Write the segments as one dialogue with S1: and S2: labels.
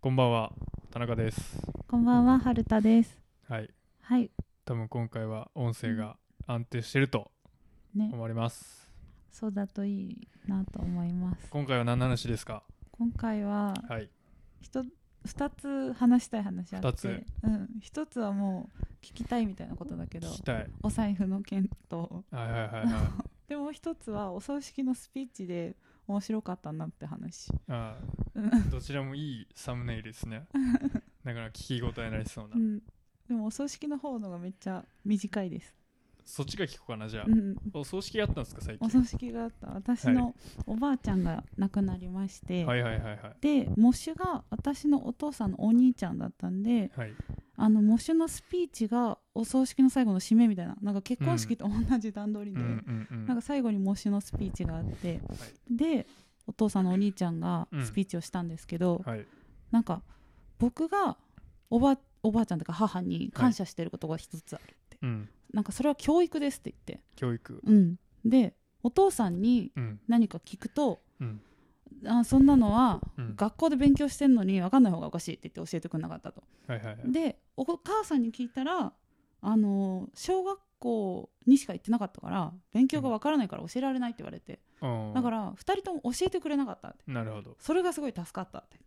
S1: こんばんは、田中です。
S2: こんばんは、はるたです。
S1: はい、
S2: はい、
S1: 多分今回は音声が安定してると
S2: ね、
S1: 思われます。
S2: そうだといいなと思います。
S1: 今回は何の話ですか
S2: 今回は、
S1: はい、
S2: ひと、二つ話したい話あって。
S1: 二つ
S2: うん、一つはもう、聞きたいみたいなことだけど
S1: 聞、きたい。
S2: お財布の件と。
S1: はいはいはいはい。
S2: でも、一つは、お葬式のスピーチで、面白かったなって話。
S1: あ
S2: うん
S1: ーどちらもいいサムネイルですね。なかなか聞き応えになりそうな
S2: う。ん、でも、お葬式の方のがめっちゃ短いです。
S1: そっちが聞こうかな、じゃあ
S2: う。ん、
S1: お葬式やったんですか、最
S2: お
S1: 近。
S2: 葬式があった、私のおばあちゃんが亡くなりまして。
S1: はいはいはいはい。
S2: で喪主が私のお父さんのお兄ちゃんだったんで
S1: はい、
S2: あの喪主のスピーチがお葬式の最後の締めみたいななんか結婚式と同じ段取り
S1: う
S2: で、
S1: んうんうん。
S2: なんか最後に喪主のスピーチがあって、
S1: い
S2: でお父さんのお兄ちゃんが
S1: うん
S2: スピーチをしたんですけど、
S1: はい、
S2: なんか僕がおばおばあちゃんというか母に感謝してることが一つある、
S1: うん、
S2: なんかそれは教育ですって言って、
S1: 教育。
S2: うん、でお父さんに
S1: うん、
S2: 何か聞くと
S1: うん、
S2: あそんなのは
S1: うん
S2: 学校で勉強してんのに分かんない方がおかしいって言って教えてくれなかったと。
S1: はいはいはい。
S2: でお母さんに聞いたらあの小学校にしか行ってなかったから勉強が分からないから教えられないって言われて、
S1: うん
S2: だから2人とも教えてくれなかったって
S1: なるほど。
S2: それがすごい助かったって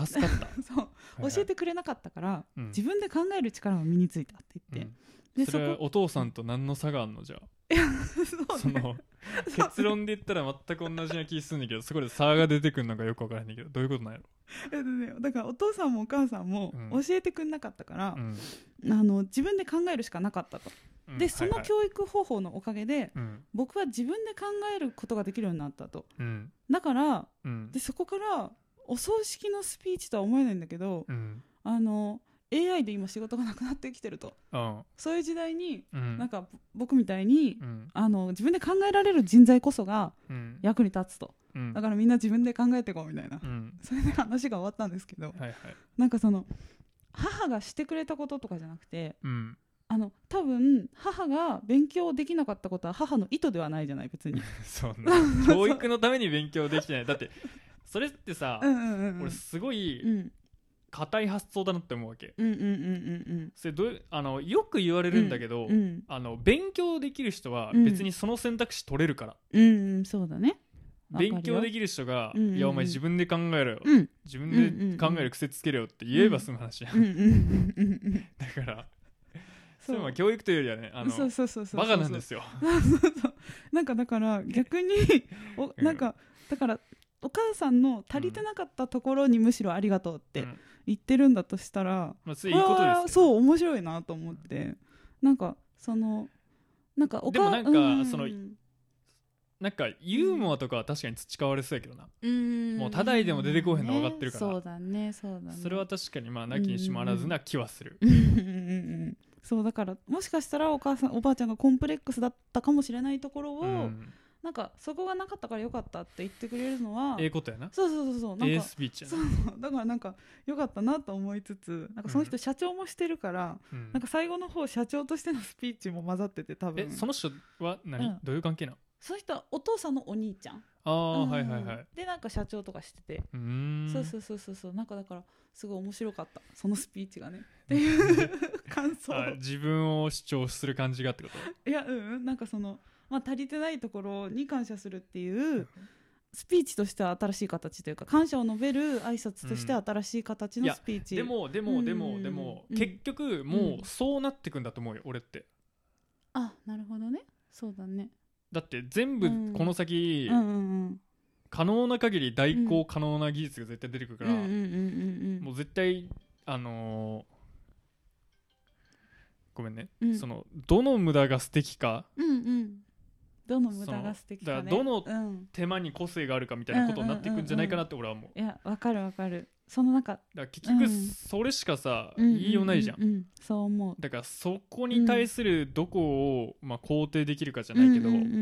S1: 助かった。
S2: 言ってそう、
S1: はいはい
S2: 教えてくれなかったから
S1: うん
S2: 自分で考える力が身についたって言っ
S1: う
S2: て、
S1: ん
S2: で
S1: それは
S2: そこ
S1: お父さんと何の差があんのじゃあ。そ
S2: そうね
S1: の結論で言ったら全く同じな気するんだけどそこで差が出てくるのかよくわからへんねんけどどういうことなんやろ、
S2: えっとねだからお父さんもお母さんも
S1: うん
S2: 教えてくれなかったから
S1: う、ん
S2: あの自分で考えるしかなかったと。
S1: うん
S2: でその
S1: はいはい
S2: 教育方法のおかげで、
S1: うん
S2: 僕は自分で考えることができるようになったと
S1: うん
S2: だから
S1: うん
S2: でそこからお葬式のスピーチとは思えないんだけど、
S1: うん
S2: あの AI で今仕事がなくなってきてると
S1: うん
S2: そういう時代に、
S1: うん
S2: なんかぼ僕みたいに、
S1: うん
S2: あの自分で考えられる人材こそが
S1: うん
S2: 役に立つと
S1: うん
S2: だからみんな自分で考えてこうみたいな、
S1: うん
S2: それで話が終わったんですけど
S1: はいはい
S2: なんかその母がしてくれたこととかじゃなくて
S1: うん
S2: あの多分母が勉強できなかったことは母の意図ではないじゃない別に。
S1: そうね 教育のために勉強できてないだってそれってさ、
S2: うんうんうんうん
S1: 俺すご
S2: う
S1: い
S2: ん
S1: 硬い発想だなって思うわけ
S2: うんうんうんうんうん
S1: それどういうあのよく言われるんだけど、
S2: うん
S1: あの勉強できる人は別にその選択肢取れるから、
S2: うんうんそうだねわかるよ
S1: 勉強できる人が「
S2: うんうんうん
S1: いやお前自分で考えろよ、
S2: うん
S1: 自分で考える癖つけろよ」って言えば済む話や、
S2: うんうんうんうんうん
S1: だからそ
S2: そう
S1: れは教育というよりはねあの
S2: そうそうそうそう
S1: バカなんですすよ
S2: なんかだから逆にお
S1: うん
S2: なんかだからお母さんの足りてなかったところにむしろありがとうっ
S1: う
S2: て
S1: ん
S2: 言ってるんだとしたら、
S1: まあそれいいことです
S2: あ
S1: けど
S2: ーそう面白いなと思ってなんかそのなんかお
S1: でもなんか
S2: うん
S1: その
S2: うん
S1: なんかユーモアとかは確かに培われそうやけどな、
S2: うん
S1: もうただいでも出てこうへんの分かってるから
S2: ねそうだねそうだね
S1: それは確かにまあなきにしもあらずな気はする、
S2: うんうんうんうんそうだからもしかしたらお母さんおばあちゃんがコンプレックスだったかもしれないところを、
S1: うん
S2: なんかそこがなかったからよかったって言ってくれるのは
S1: ええことやな
S2: そうそうそうそうな
S1: え
S2: ん
S1: え
S2: か
S1: スピーチや
S2: そ
S1: な
S2: うだからなんかよかったなと思いつつなんかその
S1: う
S2: 人社長もしてるから、
S1: うん
S2: なんか最後の方社長としてのスピーチも混ざってて多分
S1: えその人は何、
S2: うん
S1: どういう関係なの
S2: その人はお父さんのお兄ちゃん
S1: ああ、
S2: うん
S1: はいはいはい
S2: でなんか社長とかしてて、
S1: うーん
S2: そうそうそうそうそうなんかだからすごい面白かったそのスピーチがねっていう 感想
S1: あ自分を主張する感じがってこと
S2: いやうんうんなんかその、まあ、足りてないところに感謝するっていうスピーチとしては新しい形というか感謝を述べる挨拶としては新しい形
S1: うんい
S2: の
S1: や
S2: スピーチ、
S1: でもでもで
S2: う
S1: も
S2: ん
S1: でも
S2: うん
S1: 結局もうそうなってくんだと思うよ俺って
S2: あなるほどねそうだね
S1: だって全
S2: う
S1: 部
S2: ん
S1: この先
S2: うんうん
S1: 可能な限り代行可能な技術が絶対出てくる
S2: う
S1: か
S2: ん
S1: ら
S2: うんうんうん
S1: もう絶対あのーごめんね
S2: うん
S1: そのどの無駄が素敵か
S2: うんうんうんどの無駄が素敵か
S1: そ
S2: ね
S1: のだか
S2: うん、
S1: 手間に個性があるかみたいなことになっていくんじゃないかなって俺は思う
S2: いやわかるわかるそのなんか
S1: だから結
S2: う
S1: 局
S2: ん
S1: それしかさ
S2: うんうん
S1: 言いようないじゃん
S2: うううんそう思う
S1: だからそこに対するどこをまあ肯定できるかじゃないけど
S2: うんうんうんう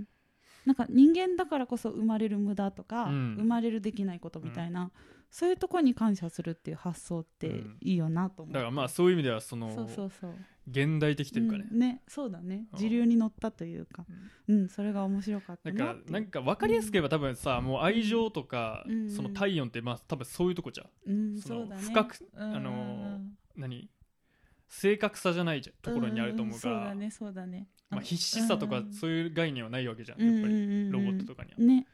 S2: んなんか人間だからこそ生まれる無駄とか、
S1: うん
S2: 生まれるできないことみたいな、そういうとこに感謝するっていう発想っていいよなと思う、
S1: だからまあそういう意味ではその
S2: そうそうそう
S1: 現代的というかね、
S2: うんねそうだね
S1: うん
S2: 時流に乗ったというか
S1: うん
S2: うんそれが面白かった
S1: だ
S2: な
S1: から
S2: っていう
S1: なんか分かりやすく言えば多分さもう愛情とか、
S2: うん
S1: その体温ってまあ多分そういうとこじゃん
S2: うん
S1: その
S2: そうだね
S1: 深く
S2: うんうんうん
S1: あのー何正確さじゃないじゃんところにあると思うから、
S2: んんそうだねそうだね
S1: まあ、必死さと
S2: う
S1: か
S2: ん
S1: そういう概念はないわけじゃん
S2: うん
S1: やっぱり
S2: うん
S1: ロボットとか
S2: か
S1: には。
S2: ね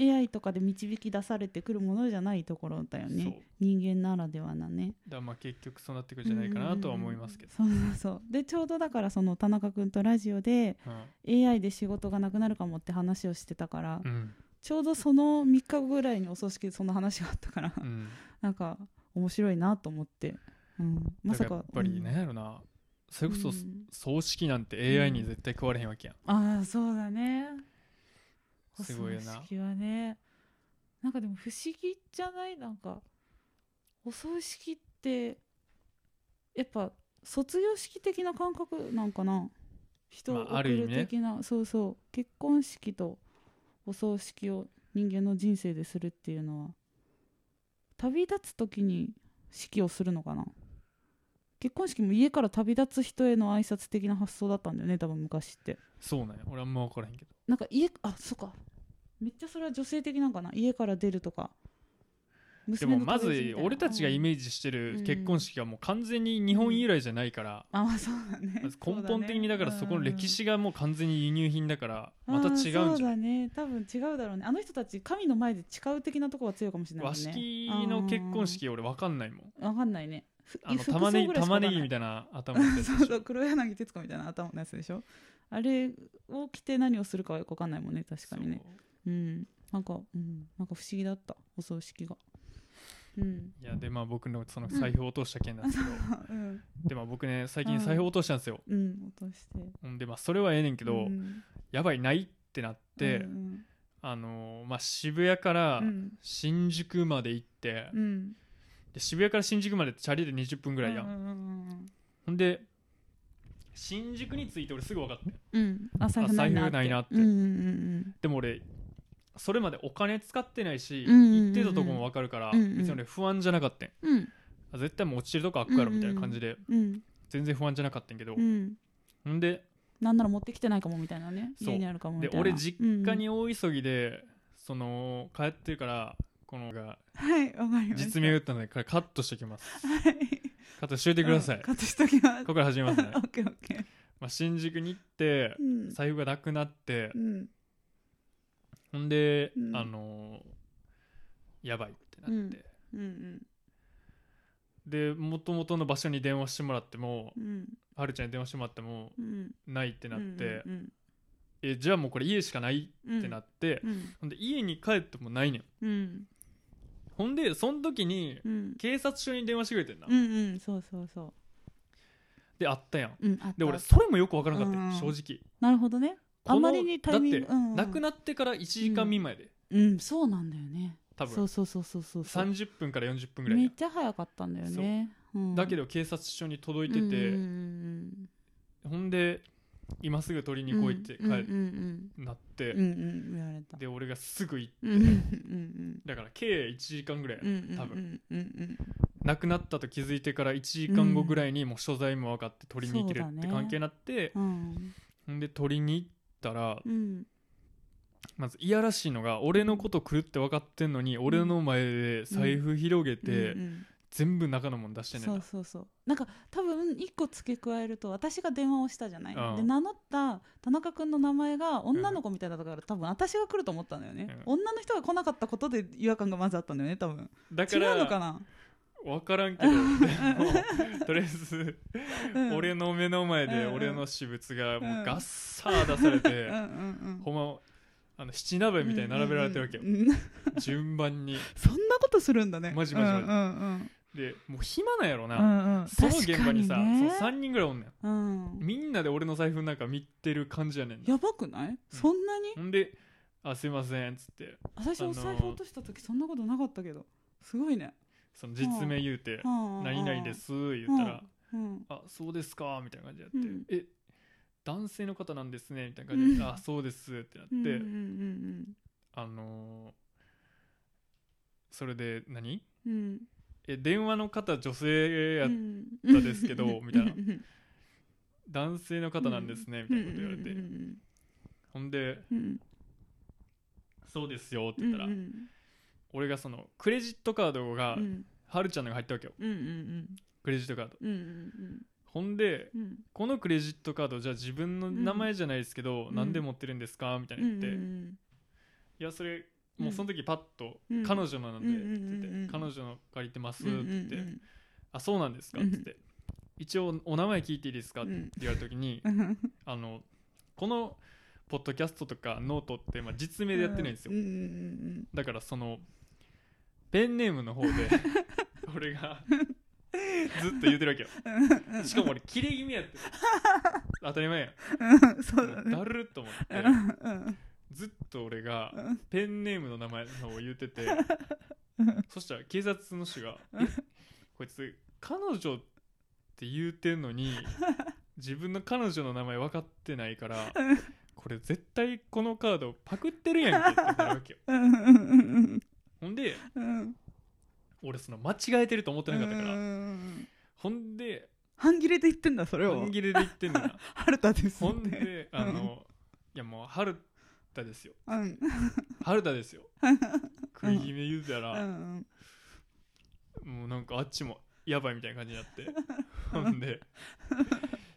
S2: AI とかで導き出されてくるものじゃないところだよ
S1: そうだ
S2: ね
S1: か
S2: 人間ならではなね
S1: らまあ結局そうなってくるんじゃないかなとは思いますけど、
S2: そうそうそうでちょうどだからその田中君とラジオで
S1: うん
S2: AI で仕事がなくなるかもって話をしてたから、
S1: うん
S2: ちょうどその3日後ぐらいにお葬式でその話があったから、
S1: うん
S2: なんか面白いなと思って、うん、ま
S1: だか
S2: さ
S1: ら
S2: か
S1: やっぱりなん、やろなそれこそ
S2: うん
S1: 葬式なんて AI に絶対食われへんわけやん、
S2: ああそうだね
S1: すごいよな
S2: お葬式はねなんかでも不思議じゃないなんかお葬式ってやっぱ卒業式的な感覚なんかな人を
S1: まああ
S2: 送
S1: る意
S2: る
S1: 味ね
S2: 的な、そうそう結婚式とお葬式を人間の人生でするっていうのは旅立つ時に式をするのかな結婚式も家から旅立つ人への挨拶的な発想だったんだよね多分昔って
S1: そうなんや俺あんま分からへんけど
S2: なんか家あそっかめっちゃそれは女性的なんかな家から出るとか
S1: で
S2: 娘
S1: も
S2: の
S1: ま
S2: 飛び出しみ
S1: ず
S2: たいな
S1: 俺たちがイメージして
S2: う
S1: る
S2: ん
S1: 結婚式はもう完全に日本由来じゃないから、
S2: あまあそうだね
S1: まず根本的にだからそこの歴史がもう完全に輸入品だから
S2: うん
S1: ま
S2: うん
S1: た違うんじ
S2: あーそう
S1: ゃん
S2: だね多分違うだろうねあの人たち神の前で誓う的なとこは強いかもしれないも
S1: 和
S2: んね
S1: 式の結婚式俺分かんないもん
S2: わかんないねふ
S1: あの
S2: 服装
S1: 玉ねぎ
S2: ぐらいしかわ
S1: 玉ね
S2: かんない
S1: ぎみたいな頭のやつでしょ
S2: そうそう黒柳徹子みたいな頭のやつでしょあれを着て何をするかはよくわかんないもんね確かにね
S1: そう
S2: うんなんかうんなんか不思議だったお葬式がうん
S1: いやでまあ僕のその財布を落とした件なんですけど、
S2: あうん
S1: でまあ僕ね最近財布落としたんですよ、
S2: うん落として
S1: ほんでまあそれはええねんけど、
S2: うん
S1: やばいないってなって、
S2: うん
S1: あのーまあ渋谷から
S2: うん
S1: 新宿まで行って、
S2: うん
S1: で渋谷から新宿までってチャリで20分ぐらいやん、
S2: うんうん
S1: ほんで新宿に着いて俺すぐ分かった
S2: うんうんあ財布ないな
S1: あ財
S2: って
S1: 布ないなって
S2: うんうん
S1: でも俺それまでお金使ってないし、
S2: うんうんうんうん
S1: 行ってたとこも分かるから、
S2: うんうん
S1: 別に俺不安じゃなかったん
S2: うんうん
S1: あ絶対もう落ちてるとこあっこやろみたいな感じで、
S2: うん
S1: 全然不安じゃなかったんけど、
S2: うん
S1: ほんで
S2: なんなら持ってきてないかもみたいなね
S1: そう
S2: 家にあるかもみ
S1: で
S2: たいな
S1: 俺実家
S2: うん
S1: に大急ぎで、その帰ってるからこのが
S2: はいわかりました
S1: 実名打ったのでこれカットしておきます
S2: はい
S1: カットしといてください、
S2: うん
S1: こ
S2: カットしときます
S1: こから始め ますね
S2: オ、ッケーオッケー
S1: まあ、新宿に行って
S2: うん
S1: 財布がなくなって
S2: うん
S1: ほんで、
S2: うん
S1: あのーやばいってなって、
S2: うん
S1: で元々の場所に電話してもらっても
S2: うんうん
S1: はるちゃんに電話してもらっても
S2: うん
S1: ないってなって、
S2: うん
S1: えじゃあもうこれ家しかない
S2: うん
S1: ってなって、
S2: うん
S1: ほんで家に帰ってもないねん
S2: うん
S1: ほんでその時に
S2: うん
S1: 警察署に電話してくれてんな、
S2: うんうんそうそうそ
S1: であったやん
S2: ううんあった
S1: で俺それもよく分からなかったよ、
S2: うん
S1: 正直
S2: なるほどね
S1: この
S2: あまりにタイミング
S1: だって、
S2: うんうん
S1: 亡くなってから1時間未満やで、
S2: うんそうなんだよね
S1: 多
S2: そ
S1: 分
S2: うそうそうそうそうそう
S1: 30分から40分ぐらい
S2: め
S1: や
S2: っちゃ早かったんだよねうん
S1: だけど警察署に届いて
S2: うんうん
S1: て、
S2: うん
S1: ほんで今すぐ取りに来いって帰、
S2: うんうん
S1: なって、
S2: うんうんうん言われた
S1: で俺がすぐ行って、
S2: うんうんうん
S1: だから計1時間ぐらいや、
S2: うんうんうん
S1: 多分
S2: うんうん
S1: 亡くなったと気づいてから1時間後ぐらいにもう所在も分かって取りに行ける
S2: そう
S1: っ
S2: だ
S1: て
S2: ね
S1: 関係になって、
S2: うん
S1: ほんで取りに行ったら
S2: うん
S1: まずいやらしいのが俺のこと来るって分かってんのに、俺の前で財布広げて、
S2: うんうん
S1: 全部中のもん出してねん
S2: そ
S1: な
S2: うそうそうなんか多分一個付け加えると私が電話をしたじゃない、
S1: うん
S2: で名乗った田中君の名前が女の子みたいだったから、多分私が来ると思ったんだよね、
S1: う
S2: 女の人が来なかったことで違和感がまずあったんだよね多分
S1: だか
S2: 違うのからな、
S1: 分から んけどでもとりあえず
S2: うん、
S1: 俺の目の前で
S2: うんうん
S1: 俺の私物がもううんガッサー出されて、
S2: うんうん
S1: ほんまあの七並べ
S2: うん
S1: みたいに並べられてるわけよ、
S2: うんうんうん
S1: 順番に
S2: そんなことするんだね
S1: マジマジマジ
S2: うんうん
S1: でもう暇なんやろ
S2: う
S1: な、
S2: んうん
S1: その現場にさ
S2: 確かね
S1: そう3人ぐらいおんねん
S2: うん、
S1: みんなで俺の財布なんか見てる感じやねんな
S2: やばくないそんなに
S1: ほんで「あすいません」っつって
S2: 私お財布落とした時そんなことなかったけどすごいね
S1: その実名言うて「何
S2: 何
S1: 々です」言ったら
S2: うん
S1: 「あそうですか」みたいな感じやって
S2: うん
S1: 「え男性の方なんですね」みたいな感じで「
S2: うん
S1: あそうです」ってなっ
S2: うんうんうんう
S1: て
S2: ん
S1: あのーそれで何
S2: うん
S1: え電話の方女性や
S2: うん
S1: たですけどみたいな
S2: うん
S1: 男性の方なんですね、みたいなこと言われて、
S2: うんうん
S1: ほんで
S2: うんうん
S1: そうですよって
S2: うん
S1: 言ったら、
S2: うんうん
S1: 俺がそのクレジットカードが、
S2: うん
S1: はるちゃんのが入ったわけよ
S2: うんうん
S1: クレジットカード
S2: うんうん
S1: ほんで
S2: うんうん
S1: このクレジットカードじゃあ自分の名前じゃないですけど、
S2: うん
S1: なんで持ってるんですかみたいな言って、
S2: うんう
S1: い
S2: ん
S1: やそれもうその時パッと、
S2: うん
S1: 彼女のなんでって言って、
S2: うんうんうんうん
S1: 彼女の借りてますっ
S2: う
S1: て
S2: ん
S1: 言って、
S2: うん
S1: あそうなんですかって言って、一応お名前聞いていいですかっ
S2: う
S1: て
S2: ん
S1: 言われた時に、
S2: うん
S1: あのこのポッドキャストとかノートって、まあ、実名でやってないんですよ、
S2: うんうん
S1: だからそのペンネームの方で俺がずっと言ってるわけよしかも俺切れ気味やって当たり前や
S2: うんうんそうだ
S1: ん
S2: ね
S1: だるっと思って
S2: うん
S1: ずっと俺が
S2: うん
S1: ペンネームの名前の方を言っててそしたら警察の人が「えこいつ彼女って言うてんのに自分の彼女の名前分かってないからこれ絶対このカードパクってるやんけ」ってなるわけよ
S2: うんうんうんうん
S1: ほんで
S2: うん
S1: 俺その間違えてると思ってなかったから、
S2: うん
S1: ほんで
S2: 半切れで言ってんだそれを
S1: 半切れで言ってんの な
S2: 春田です
S1: ほん
S2: ね
S1: であの、いやもう春田ですよ
S2: うん
S1: 春田ですよ食い気味言うた
S2: う
S1: ら、
S2: ん
S1: もうなんかあっちもやばいみたいな感じになって ほんで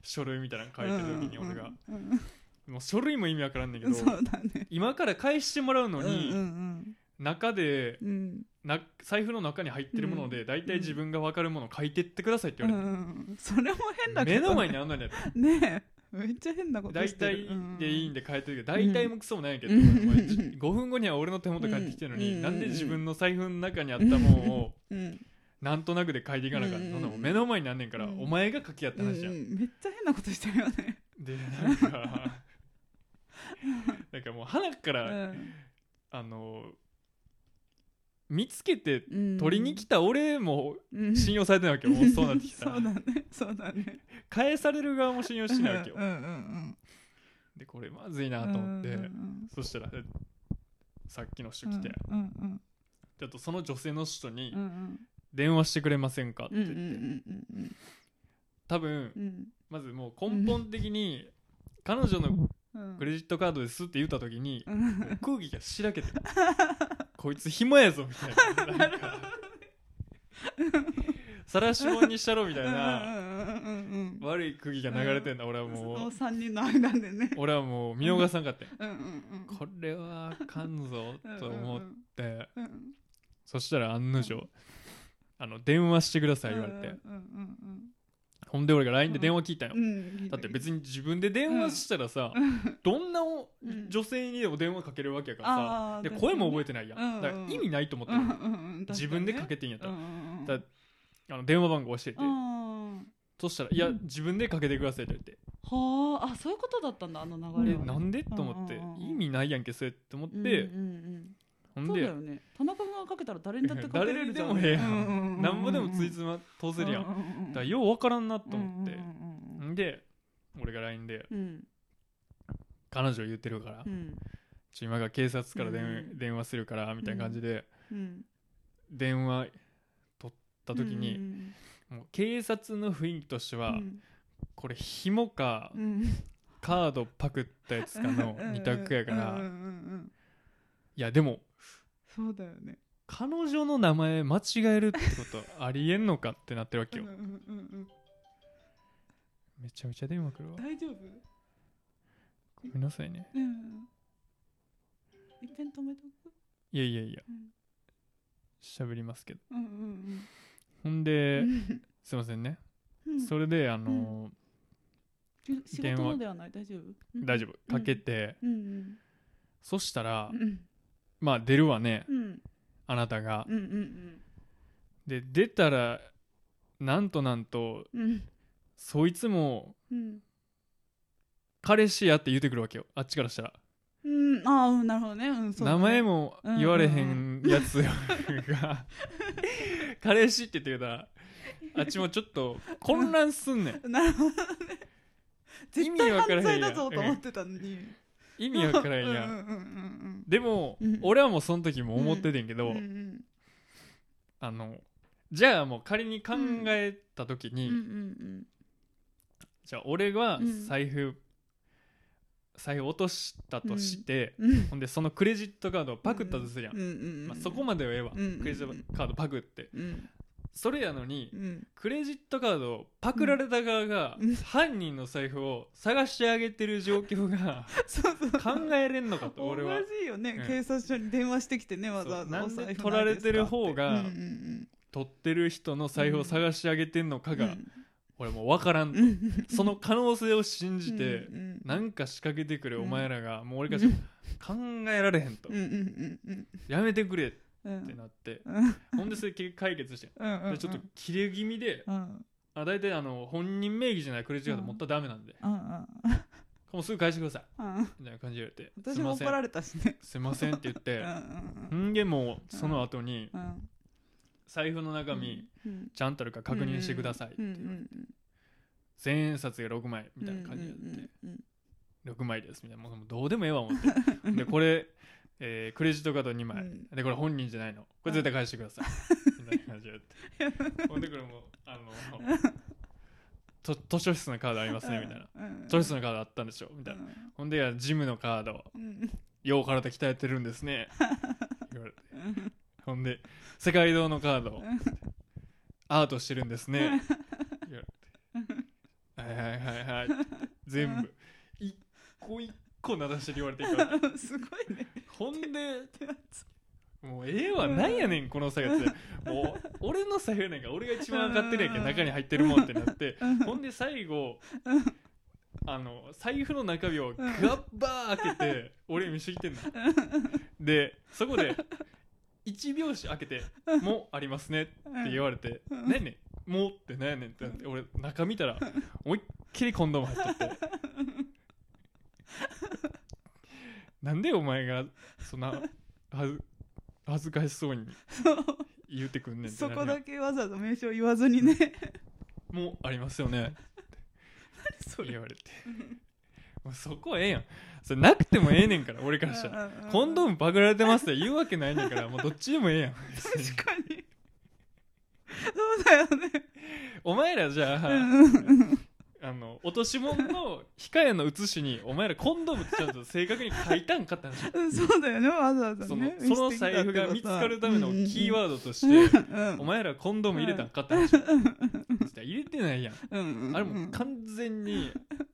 S1: 書類みたいなの書いてる時に俺が、
S2: うんうん
S1: もう書類も意味わからんねん
S2: う
S1: け
S2: ん
S1: ど
S2: そうだね
S1: 今から返してもらうのに、
S2: うん
S1: 中で
S2: うんうん
S1: な財布の中に入ってるもので、大体自分が分かるものを書いてってくださいって
S2: うんう
S1: 言われて、
S2: んそれも変だけど
S1: 目の前
S2: に
S1: にあんなんやった
S2: ねえめっちゃ変なこと
S1: 大
S2: してる
S1: 体でいいんで帰ってるけど大体もクソもないんやけど、
S2: うん
S1: お前5分後には俺の手元帰ってきてるのに、
S2: うん
S1: なんで自分の財布の中にあったもんを
S2: うんうん
S1: なんとなくで書いていかなあかっ
S2: うん
S1: た、そんなもん目の前になんねんから、
S2: うん
S1: お前が書き合った話じゃん、
S2: うんめっちゃ変なことしてるよね
S1: でなんか なんかもう花から、あの見つけて取りに来た俺も信用されてないわけよ、もうそうなってきたら
S2: そうだねそうだね
S1: 返される側も信用してないわけよ、
S2: うんうんうん
S1: でこれまずいな
S2: うん
S1: と思って、
S2: うんうん
S1: そしたらさっきの人来て、
S2: うんうん
S1: ちょっとその女性の人に
S2: うんうん
S1: 電話してくれませんかって
S2: うんう
S1: 言っ
S2: ん
S1: て、
S2: うんうん
S1: 多分
S2: うん
S1: まずもう根本的に彼女の
S2: うん
S1: クレジットカードですって言った時に
S2: う、ん
S1: もう空気がしらけ てこいつ暇やぞみたいななんかさらしもんにしたろみたいな
S2: うんうん
S1: 悪い空気が流れてんだ俺は
S2: うんうん
S1: も
S2: そうの3人の間でね
S1: 俺はもう見逃さんかったよ
S2: うんうんうん
S1: これはあかんぞと思っ
S2: うん
S1: て
S2: うんうん
S1: そしたら案の定あの電話してください言われて
S2: うんうん
S1: ほんで俺が LINE で電話聞いたよ
S2: うんうんうん
S1: だって別に自分で電話したらさ、どんなお
S2: うん
S1: 女性にでも電話かけれるわけやからさ、
S2: あー
S1: で
S2: 確かに
S1: 声も覚えてないやん、
S2: うんうん
S1: だから意味ないと思って、
S2: うんうんうん
S1: 自分でかけていいんやった
S2: た
S1: ら、
S2: うん
S1: だあの電話番号教えて、
S2: うん
S1: そしたら「いや自分でかけてください」って言って
S2: はああそういうことだったんだあの
S1: 「
S2: 流
S1: で
S2: れはね
S1: なんで?」と思って、
S2: うんうんうん
S1: 意味ないやんけそれ」って思って、
S2: うん
S1: ほ
S2: うんうん
S1: ん
S2: そうだ
S1: で
S2: よね田中君がかけたら誰にだってかけれ
S1: 誰
S2: る
S1: に
S2: じ
S1: で
S2: ゃん
S1: もええやん,、
S2: うううう
S1: なんぼでもついつま通せるやん、
S2: う
S1: だか
S2: うう
S1: らようわからんなと思って
S2: う、ん
S1: んで俺が LINE で
S2: うんうん
S1: 「彼女言ってるから、
S2: うんうん
S1: ちょ今が警察から電,、
S2: うん
S1: 電話するから」みたいな感じで
S2: うん
S1: 電話取った時に、
S2: うん
S1: もう警察の雰囲気としては、
S2: うん
S1: これ紐か
S2: うん
S1: カードパクったやつかの
S2: うん
S1: 二択やから、
S2: うんうんう
S1: い
S2: ん
S1: やでも
S2: そうだよね
S1: 彼女の名前間違えるってことありえんのかってなってるわけ
S2: うん
S1: よ
S2: うんうんうん
S1: めちゃめちゃ電話くるわご
S2: 大丈夫
S1: めんなさいね
S2: うん一遍止めとく
S1: いやいやいや
S2: うん
S1: 喋りますけど
S2: うんうん
S1: ほん
S2: う
S1: で
S2: ん
S1: すいませんね、
S2: うん
S1: それであの
S2: 仕仕事のではない大丈夫
S1: ー大丈夫かけて、
S2: うんうん
S1: そしたら、
S2: うん
S1: まあ出るわね
S2: うん
S1: あなたが
S2: うんうん
S1: で出たらなんとなんと
S2: うんうん
S1: そいつも
S2: うん
S1: 彼氏やって言うてくるわけよあっちからしたら
S2: うんああうんなるほどねうんそうだ
S1: 名
S2: ね
S1: 前も言われへんやつが 彼氏って言ってたらあっちもちょっと混乱すんねん
S2: なるほどね
S1: 意
S2: 絶
S1: 味
S2: 対
S1: わからへ
S2: 犯
S1: んやん
S2: 罪だぞと思ってたのに
S1: 意味わからへんや
S2: うんんうん
S1: でも、
S2: うん
S1: 俺はもうその時も思っててんけ
S2: う
S1: ど、
S2: んうんうん
S1: あのじゃあもう仮に考えた時に、
S2: うんうん
S1: じゃあ俺は
S2: うん
S1: 財布、財布落としたとして、
S2: うんうん
S1: ほんでそのクレジットカードをパクったとするやん、
S2: うんうん
S1: まあ、そこまではええわ、
S2: うんうんうん
S1: クレジットカードパクって
S2: うん
S1: それやのに、
S2: うん
S1: クレジットカードをパクられた側が
S2: うん
S1: 犯人の財布を探してあげてる状況 が
S2: そうそう
S1: 考えれんのかと
S2: お
S1: 俺は
S2: かしいよね、
S1: うん
S2: 警察署に電話してきてねわざわざ
S1: そう
S2: お財布
S1: なんで取られてる方が
S2: ないですかってうんうん
S1: 取ってる人の財布を探してあげてんのか
S2: うん
S1: が、俺もう分からんと、
S2: うん
S1: その可能性を信じて、
S2: うんうん
S1: なんか仕掛けてくれ
S2: うん
S1: お前らが、もう俺
S2: う
S1: が
S2: ん
S1: 考えられへんと、
S2: うんうんうん
S1: やめてくれっ
S2: うんうん
S1: てなって、
S2: うんうん
S1: ほんでそれ結局解決して、
S2: うんうん
S1: でちょっと切れ気味で、
S2: うん
S1: あ大体あの本人名義じゃないクレジットカード持ったらダメなんで、
S2: うんうん
S1: もうすぐ返してください
S2: うん
S1: みたいな感じで言われて
S2: 私も
S1: すい
S2: 怒
S1: ません
S2: られたしね
S1: すいませんって言っ
S2: うんう
S1: て、
S2: ん
S1: ん、でもうその後に
S2: うんうん
S1: 財布の中身
S2: うん
S1: ちゃんとあるか確認してくださいって
S2: うん
S1: 言わ
S2: うん
S1: れて、
S2: うん
S1: 千円札が6枚みたいな感じでやって、
S2: うんうん
S1: 6枚ですみたいなもうもうどうでもええわ思 ってでこれ、えークレジットカード2枚、
S2: うん
S1: でこれ本人じゃないのこれ絶対返してくださいみたいな感じでやってほんでこれもうあのと図書室のカードありますねみたいな
S2: うんうん
S1: 図書室のカードあったんでしょみたいなほんでいやジムのカード
S2: うん
S1: よう体鍛えてるんです ね言われて
S2: うん
S1: ほんで世界堂のカードアートしてるんですね言われてはいはいはいはい全部一個一個名指して言われていから
S2: うんすごいね
S1: ほんで
S2: 手厚
S1: もうええわなんやねんこの財布ってもう俺の財布やねんから俺が一番分かってるやんけ
S2: うん
S1: 中に入ってるもんってなって
S2: うん
S1: ほんで最後あの財布の中身をガッバー開けて俺に見せてきてんのでそこで1拍子開けて「もうありますね」って言われて「
S2: うん
S1: 何やねんもう」って何やねんってなって俺中見たら思いっきりコンドーム入っとってなんでお前がそんなはず恥ずかしそうに言うてくんねんって
S2: そ
S1: なるや
S2: こ
S1: ん
S2: だけわざわざ名称言わずにね
S1: もうありますよね
S2: それ
S1: 言われてもうそこええやんそれなくてもええねんから俺からしたら「コンドー
S2: ム
S1: ムパクられてます」って言うわけないねんからもうどっちでもええやん
S2: 確かにそうだよね
S1: お前らじゃあ、
S2: うんうんうん
S1: あの落とし物の控えの写しにお前らコンドームってちゃんと正確に書いたんかって話
S2: うんそうだよねわざわざ
S1: その
S2: ね
S1: その財布が見つかるためのキー
S2: ー
S1: ワードとし
S2: うん
S1: て
S2: うん
S1: お前らコンドーム入れたんかって話入れてないやん
S2: うんうんうん
S1: あれもう完全に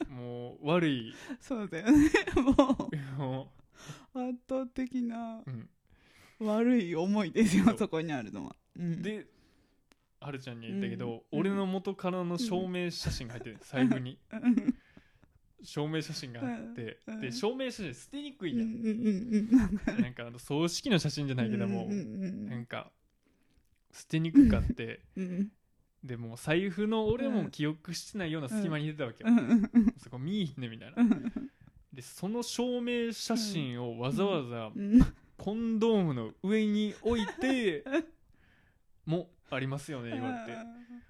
S1: もう悪い
S2: そうだよねも
S1: も
S2: う圧倒的な
S1: う、うん、
S2: 悪い思いですよ
S1: そう
S2: そこにあるのはうん
S1: ではるちゃんに言ったけど、
S2: うん
S1: 俺の元からの証明写真が入ってる財布に
S2: うんうん
S1: 証明写真が入って、
S2: うん
S1: で証明写真捨てにく
S2: う
S1: い
S2: ん
S1: や、
S2: うんんうんなんか
S1: なんかあの葬式の写真じゃないけども、
S2: うんうん
S1: なんか捨てにくかって
S2: うん
S1: でもう財布の俺も記憶してないような隙間に出てたわけ
S2: う
S1: よ、
S2: んうん
S1: そこ見いひんねみたいな、
S2: うんうん
S1: でその証明写真をわざわざ
S2: うん
S1: コンドームの上に置い て「もありますよね」言われて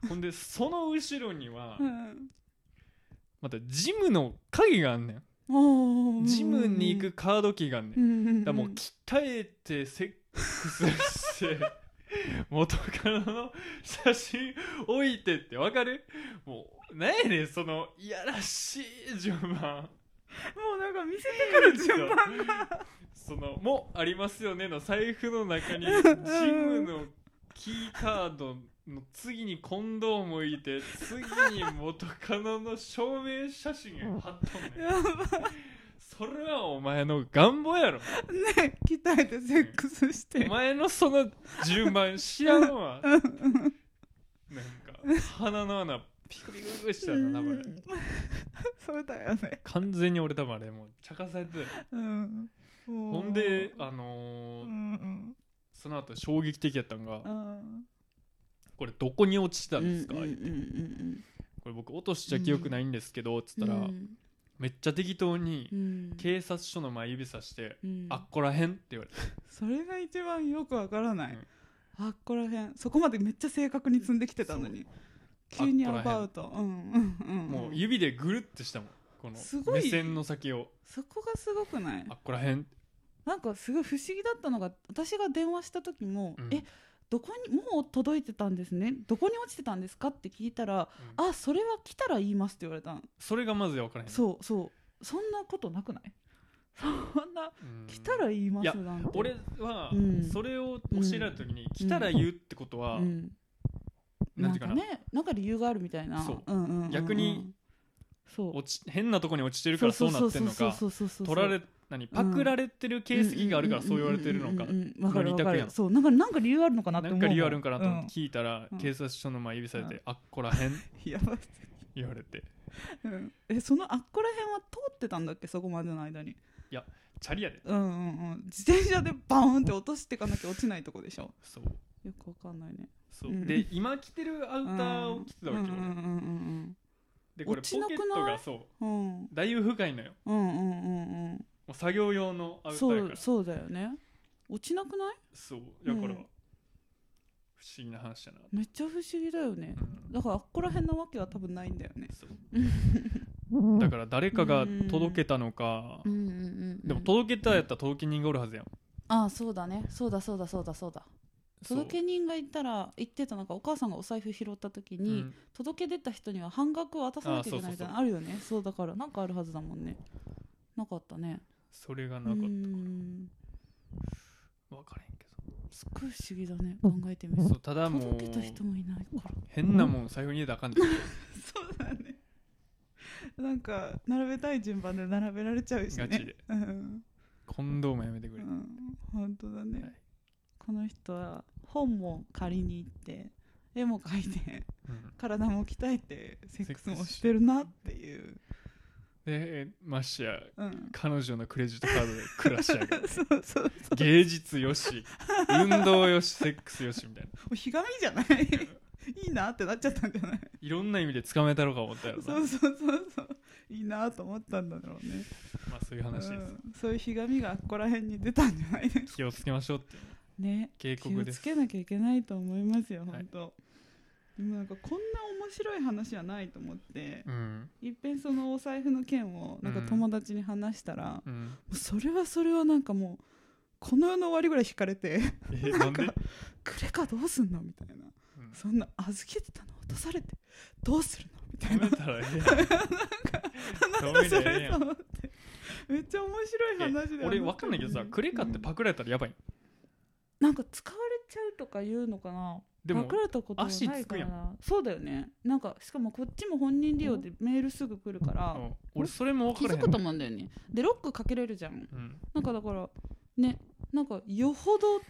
S1: ほんでその後ろには
S2: うん
S1: またジムの鍵があんねん
S2: おー
S1: ジムに行くカードキーがあんねん
S2: うんうんうん
S1: だからもう鍛えてセックスして元カノの写真置いてってわかるもうなんやねんそのいやらしい順番
S2: もうなんか見せてくる順番
S1: その「もありますよね」の財布の中にジムのキーカードの次にコンドーム置いて次に元カノの証明写真が貼っとんねん
S2: やば
S1: それはお前の願望やろ
S2: ね鍛えてセックスして
S1: お前のその順番知らんわなんか鼻の穴ピクピクピクしてたな多分
S2: うんそうだよね
S1: 完全に俺多分あれもう茶化されてたよ
S2: うん
S1: ほ
S2: ほ
S1: んであ
S2: う
S1: のー
S2: ん
S1: その後衝撃的やったん
S2: う
S1: が
S2: ん
S1: これどこに落ちたんですか
S2: うんうんうん
S1: これ僕落としちゃ記憶ないんですけどっつったら
S2: うん
S1: めっちゃ適当に
S2: うん
S1: 警察署の前指さして
S2: うん
S1: あっこらへんって言われて
S2: それが一番よくわからない、
S1: うん
S2: あっこらへんそこまでめっちゃ正確に積んできてたのに急に
S1: あ
S2: ア
S1: っこらへん
S2: バウトうんうんうん
S1: もうん指でぐるってしたもんこ
S2: す
S1: の
S2: ごい
S1: 目線の先を
S2: そこがすごくない
S1: あっこらへん
S2: なんかすごい不思議だったのが私が電話した時も、
S1: うん
S2: えどこにもう届いてたんですねどこに落ちてたんですかって聞いたら
S1: うん
S2: あそれは来たら言いますって言われたの
S1: それがまず分からへん
S2: そうそうそんなことなくないそんな
S1: うん
S2: 来たら言いますなんて
S1: 俺は
S2: うん
S1: それを教えられた時に来たら言うってことは
S2: うん、
S1: な
S2: なんん
S1: ていうかな
S2: かねなんか理由があるみたいな
S1: そう
S2: うんうんうんうん
S1: 逆に
S2: そう
S1: 落ち変なとこに落ちてるからそうなってんのか
S2: そうそうそうそうそうそう
S1: 取られ何パクられてる形跡があるからそう言われてるのか
S2: うんうんうんうんわかる
S1: の
S2: わ
S1: 二
S2: か
S1: 択
S2: る
S1: やん
S2: そうなんかなんか理由あるのかなって
S1: な
S2: 思うん
S1: か理由あるんかなと思っ
S2: うん
S1: て聞いたら
S2: うん
S1: 警察署の前指されて「あっこらへん」
S2: やばい
S1: 言われて
S2: うんえそのあっこら辺は通ってたんだっけそこまでの間に
S1: チャリやで
S2: うんうんうん自転車でバーンって落としてかなきゃ落ちないとこでしょ
S1: そう
S2: よくわかんないね
S1: そううんで今着てるアウターを着てたわけ
S2: うんうん
S1: 俺
S2: うん
S1: でこれポ
S2: 落
S1: ケ
S2: ちなくない
S1: ットがそう
S2: うんうん
S1: だいぶ深いのよ
S2: うんうんうんうん
S1: もう作業用のアウタ
S2: そ
S1: ーや
S2: う
S1: から
S2: そうだよね落ちなくない
S1: そうだから
S2: う
S1: 不
S2: ん
S1: 思議な話だな
S2: めっちゃ不思議だよね
S1: うん
S2: だからあっこら辺なわけは多分ないんだよね
S1: そうだから誰かが届けたのか
S2: うんうんうん
S1: でも届けたやったら届け人がおるはずやん
S2: ああそうだねそうだそうだそうだそうだ
S1: そう
S2: 届け人がいたら言ってたなんかお母さんがお財布拾った時に、
S1: うん
S2: 届け出た人には半額を渡さなきゃいけないみたいなのあるよねそうだからなんかあるはずだもんねなかったね
S1: それがなかったか
S2: うん
S1: ら分からへんけ
S2: すっごい不思議だね考えてみる
S1: どそうただ
S2: と
S1: もう
S2: 届けた人もいないから
S1: 変なもん財布に入れたらあかんで
S2: そうだねなんか並べたい順番で並べられちゃうしね
S1: ガチで
S2: うん、
S1: 今度もやめてく
S2: う
S1: れ
S2: ん、本当だね、
S1: はい
S2: この人は本も借りに行って絵も描い て
S1: うん
S2: 体も鍛えてセックス
S1: セッ
S2: も
S1: クス
S2: してるなっていう、
S1: でましてや
S2: うん、
S1: 彼女のクレジットカードで暮らしやがる
S2: そうそうそう
S1: 芸術よし運動よしセックスよしみたいな
S2: もうひがみじ ゃないいいなってなっちゃったんじゃない
S1: いろんな意味でつかめたろか思ったよな
S2: そうそうそうそういいなと思ったんだろうね、
S1: まあそういう
S2: う
S1: 話です、
S2: ん、そういうひがみがここら辺に出たんじゃ ないですか
S1: 気をつけましょうっていう
S2: ね
S1: 警
S2: 気
S1: 告
S2: を
S1: で
S2: つ
S1: す
S2: けなきゃいけないと思いますよ
S1: はい
S2: 本当、でもなんかこんな面白い話はないと思って
S1: うん
S2: いっぺんそのお財布の件をなんか
S1: うん
S2: 友達に話したら、も
S1: うん
S2: うそれはそれはなんかもうこの世の終わりぐらい引かれて
S1: えなんで、
S2: 「クレカどうすんの?」みたいな
S1: うん
S2: 「そんな預けてたの渡されてどうするの?」みたい
S1: 止め
S2: な
S1: たらええやん。
S2: なんだ
S1: 止
S2: そ
S1: めたらええ
S2: れ
S1: や
S2: と
S1: ん。
S2: 思ってめっちゃ面白い話だよ
S1: 俺わかんないけどさ、クレカって
S2: うん
S1: パクられたらやばい。
S2: なんか使われちゃうとか言うのかな
S1: でも
S2: パク、られたことはな
S1: 足
S2: い
S1: つく
S2: か
S1: や
S2: らそうだよねなんかしかもこっちも本人利用でメールすぐ来るから
S1: うん俺それもわか
S2: 気
S1: らへ
S2: づ
S1: ん。
S2: くと思うんだよねでロックかけれるじゃん
S1: うん。
S2: なんかだからねなんかよほど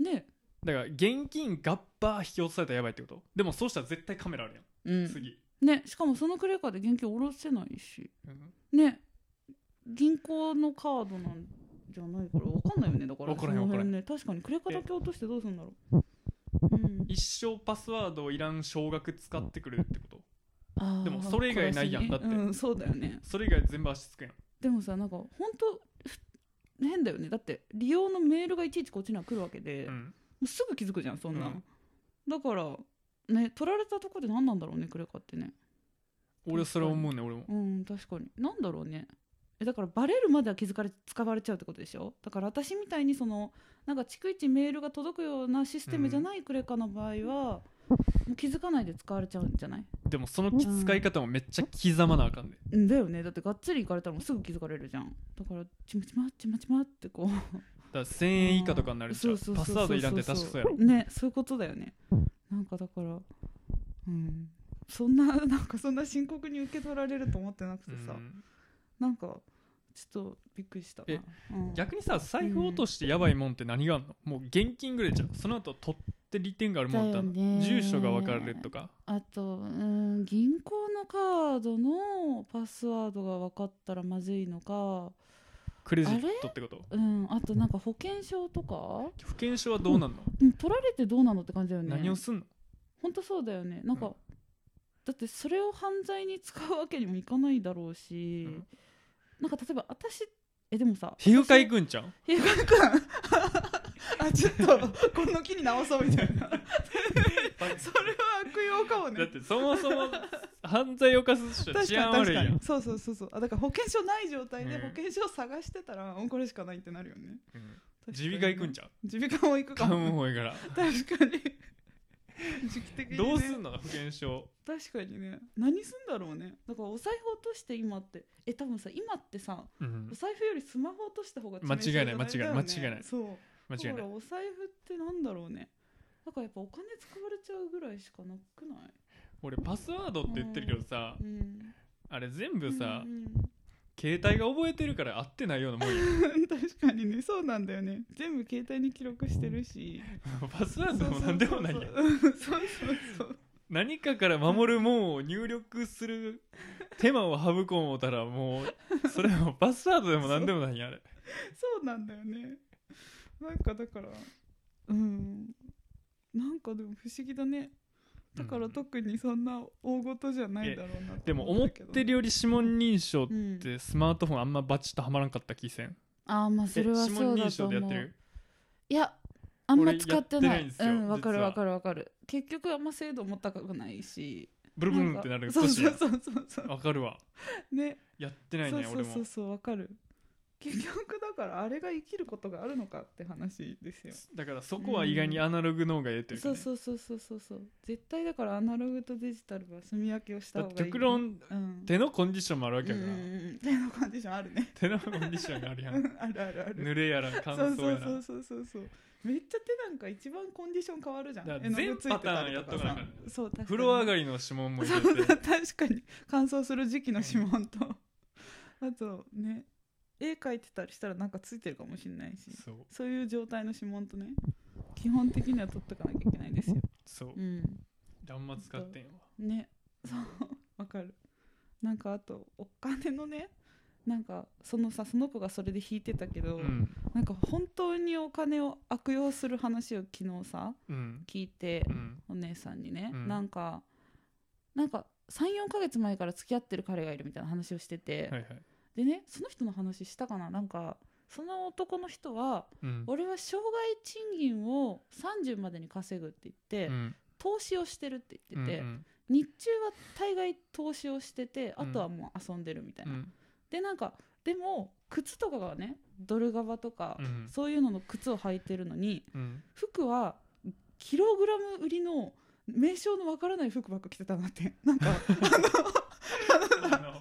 S2: ね
S1: だから現金ガッバー引き落とされたらやばいってことでもそうしたら絶対カメラあるや。
S2: うんん
S1: 次。
S2: ねしかもそのクレカで現金下ろせないしね銀行銀行のカードなんじゃないから分かんないよねだから
S1: わからへんわからへん
S2: その辺ね確かにクレカだけ落としてどうするんだろう、うん、
S1: 一生パスワードをいらん少額使ってくれるってこと
S2: あー
S1: でもそれ以外ないやん
S2: 小出しに
S1: だって
S2: うん、そうだよね
S1: それ以外全部足つくやん。
S2: でもさなんか本当ふ変だよねだって利用のメールがいちいちこっちには来るわけで、
S1: う
S2: も
S1: ん。
S2: うすぐ気づくじゃんそんな、
S1: うん
S2: ん、だからね取られたとこで何なんだろうねクレカってね
S1: 俺それ思うね、俺も。
S2: うん確かに何だろうねえだからバレるまでは気づかれ使われちゃうってことでしょだから私みたいにそのなんか逐一メールが届くようなシステムじゃないクレカの場合は、もう気づかないで使われちゃうんじゃない
S1: でもその使い方もめっちゃ刻まなあかんで。
S2: うんだよねだってがっつり行かれたらもうすぐ気づかれるじゃんだからちまちまちまちまってこう
S1: だから1000円以下とかになるじゃん。
S2: そうそう
S1: パ
S2: そ
S1: ス
S2: うそう
S1: ワードいらんって確かそうやろ。
S2: ねそういうことだよねなんかだからうんそんななんかそんな深刻に受け取られると思ってなくてさ、
S1: うん
S2: なんかちょっとびっくりしたな
S1: え、
S2: うん
S1: 逆にさ財布落としてやばいもんって何があんの、もう現金ぐらいじゃんその後取って利点があるもんってあん
S2: だよ
S1: の
S2: ね
S1: 住所が分かるとか
S2: あとうん銀行のカードのパスワードが分かったらまずいのか
S1: クレジットってこと
S2: うんあとなんか保険証とか
S1: 保険証はどうなんの、
S2: うん取られてどうなのって感じだよね
S1: 何をすんの
S2: 本当そうだよねなんか、
S1: うん
S2: だってそれを犯罪に使うわけにもいかないだろうし、
S1: うん
S2: なんか例えば私えでもさ
S1: 皮膚科行
S2: く
S1: くんちゃん
S2: 皮膚科行くあちょっとこの木に直そうみた いなそれは悪用かもね
S1: だってそもそも犯罪を犯す人は
S2: 確
S1: 治
S2: か
S1: 安
S2: に確
S1: 悪いや
S2: か
S1: ん
S2: に、そうそうそうそうあだから保険証ない状態で
S1: うん
S2: 保険証探してたら、うんこれしかないってなるよね
S1: うん耳鼻科行くん
S2: ゃ
S1: ちゃう
S2: 耳鼻科も行くか
S1: 関
S2: も、
S1: 門多いから
S2: 確かに時期的に、ね、
S1: どうすんの保険証
S2: 確かにね何すんだろうねだからお財布落として今ってえ多分さ今ってさ
S1: うん
S2: お財布よりスマホ落とした方が致命傷
S1: 間違いない
S2: じゃだよ
S1: 間違いない間違いない
S2: そう
S1: 間違い
S2: だ
S1: な
S2: か
S1: い
S2: らお財布ってなんだろうねだからやっぱお金使われちゃうぐらいしかなくない
S1: 俺パスワードって言ってるけどさ
S2: うん
S1: あれ全部さ
S2: うんうん
S1: 携帯が覚えてるから合ってないようなもん や
S2: 確かにねそうなんだよね全部携帯に記録してるし
S1: パスワードも何でもないやん
S2: そうそうそうそう
S1: 何かから守るもんを入力する手間を省こう思ったらもうそれはもうパスワードでも何でもないんやあれ
S2: そうなんだよねなんかだからうんなんかでも不思議だねだから特にそんな大事じゃないだろうな
S1: でも思ってるより指紋認証っ
S2: り
S1: てスマートフォンあんまバチッとはまらんかった気せん
S2: ああまあそ
S1: え
S2: れは
S1: 指
S2: そ
S1: 紋
S2: う
S1: 認
S2: だと
S1: 証でやっ
S2: 思
S1: て
S2: う
S1: る
S2: いやあんま
S1: 俺
S2: 使ってない
S1: やってないんですよ
S2: うんわかる
S1: 実は
S2: わかるわかる結局あんま精度も高くないし
S1: ブルブルンってなる
S2: そう
S1: 年
S2: そ
S1: や
S2: うそうそうそう
S1: わかるわ
S2: ね
S1: やってないね
S2: そう
S1: 俺
S2: そうそう
S1: も
S2: そうわかる結局だからあれが生きることがあるのかって話ですよ
S1: だからそこは意外にアナログの方がええというか
S2: そう
S1: ね
S2: そうそうそうそうそう絶対だからアナログとデジタルは住み分けをし
S1: だ
S2: た方
S1: っ
S2: がい
S1: て
S2: い、
S1: 極論
S2: うん、
S1: 手のコンディションもあるわけや
S2: うん
S1: か
S2: うん
S1: ら
S2: うん手のコンディションあるね
S1: 手のコンディションがあるや
S2: うんんあるあるある
S1: 濡れやら
S2: そ
S1: 乾
S2: う
S1: 燥
S2: そ
S1: や
S2: う
S1: ら
S2: そうそうそうそうめっちゃ手なんか一番コンディション変わるじゃん
S1: だから
S2: 絵の具
S1: 全
S2: ついてたり
S1: パターンやっとかなあかんね
S2: さそう確かに
S1: 風呂上がりの指紋も入
S2: そ
S1: れ
S2: う
S1: て
S2: だ確かに乾燥する時期の指紋とあとね絵描いてたりしたらなんかついてるかもしれないし
S1: そう
S2: そういう状態の指紋とね基本的には取っとかなきゃいけないですよ
S1: そう
S2: うん
S1: あんま使ってんわ
S2: ねそう わかるなんかあとお金のねなんかそのさその子がそれで引いてたけど、
S1: うん
S2: なんか本当にお金を悪用する話を昨日さ
S1: うん
S2: 聞いて
S1: う、ん
S2: お姉さんにね、
S1: うん
S2: なんかなんか34ヶ月前から付き合ってる彼がいるみたいな話をしてて、
S1: はいはい
S2: でねその人の話したかななんかその男の人は、
S1: うん
S2: 俺は障害賃金を30までに稼ぐって言って、
S1: うん
S2: 投資をしてるって言ってて、
S1: うん
S2: 日中は大概投資をしててあとはもう遊んでるみたい
S1: うん
S2: な、
S1: うん
S2: でなんかでも靴とかがねドル革とか、
S1: うん
S2: そういうのの靴を履いてるのに
S1: うん
S2: 服はキログラム売りの名称のわからない服ばっか着てたなってなんか
S1: あの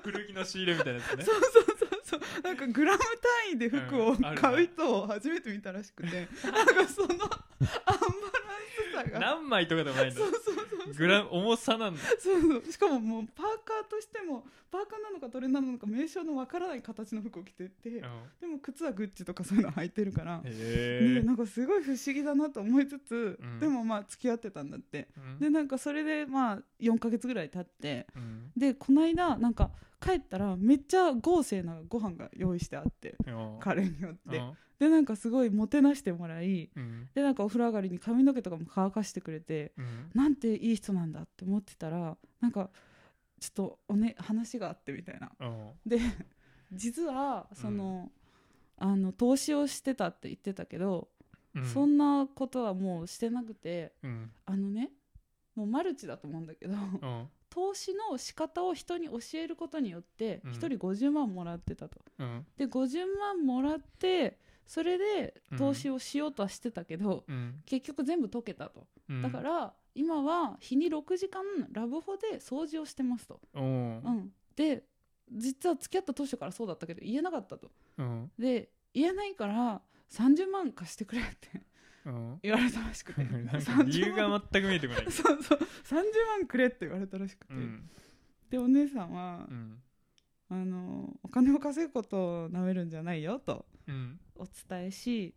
S1: 古着の仕入れみたいなやつね
S2: そうそうそうそうなんかグラム単位で服を
S1: うんあるね
S2: 買う人を初めて見たらしくて、なん かそのアンバランスさが
S1: 何枚とかでもないんだ
S2: そうそうそう
S1: グラ重さなんだ
S2: そうそうしかももうパーカーとしてもパーカーなのかトレーナーなのか名称のわからない形の服を着てて、
S1: うん
S2: でも靴はグッチとかそういうの履いてるから、
S1: へ
S2: ね、
S1: え
S2: なんかすごい不思議だなと思いつつ、
S1: うん
S2: でもまあ付き合ってたんだって。
S1: うん
S2: でなんかそれでまあ4ヶ月ぐらい経って
S1: うん
S2: でこの間なんか帰ったらめっちゃ豪勢なご飯が用意してあって
S1: うん
S2: 彼によって
S1: うん
S2: でなんかすごいもてなしてもらい
S1: うん
S2: でなんかお風呂上がりに髪の毛とかも乾かしてくれて
S1: うん
S2: なんていい人なんだって思ってたらなんかちょっとおね話があってみたいな
S1: うん
S2: で実はその、あの投資をしてたって言ってたけど、
S1: うん
S2: そんなことはもうしてなくて
S1: うん
S2: あのねもうマルチだと思うんだ けど
S1: うん
S2: 投資の仕方を人に教えることによって
S1: うん
S2: 1人50万もらってたと、
S1: うん
S2: で50万もらってそれで
S1: うん
S2: 投資をしようとはしてたけど、
S1: うん
S2: 結局全部解けたと、
S1: うん
S2: だから今は日に6時間ラブホで掃除をしてますと、
S1: うん
S2: うんで実は付き合った当初からそうだったけど言えなかったと
S1: うん
S2: で言えないから30万貸してくれって
S1: うん
S2: 言われたらしく て
S1: なんか理由
S2: 30万
S1: が全く見えてこない
S2: そうそう30万くれって言われたらしくて、
S1: うん
S2: でお姉さんは、
S1: うん
S2: あのお金を稼ぐことをなめるんじゃないよと
S1: うん
S2: お伝えし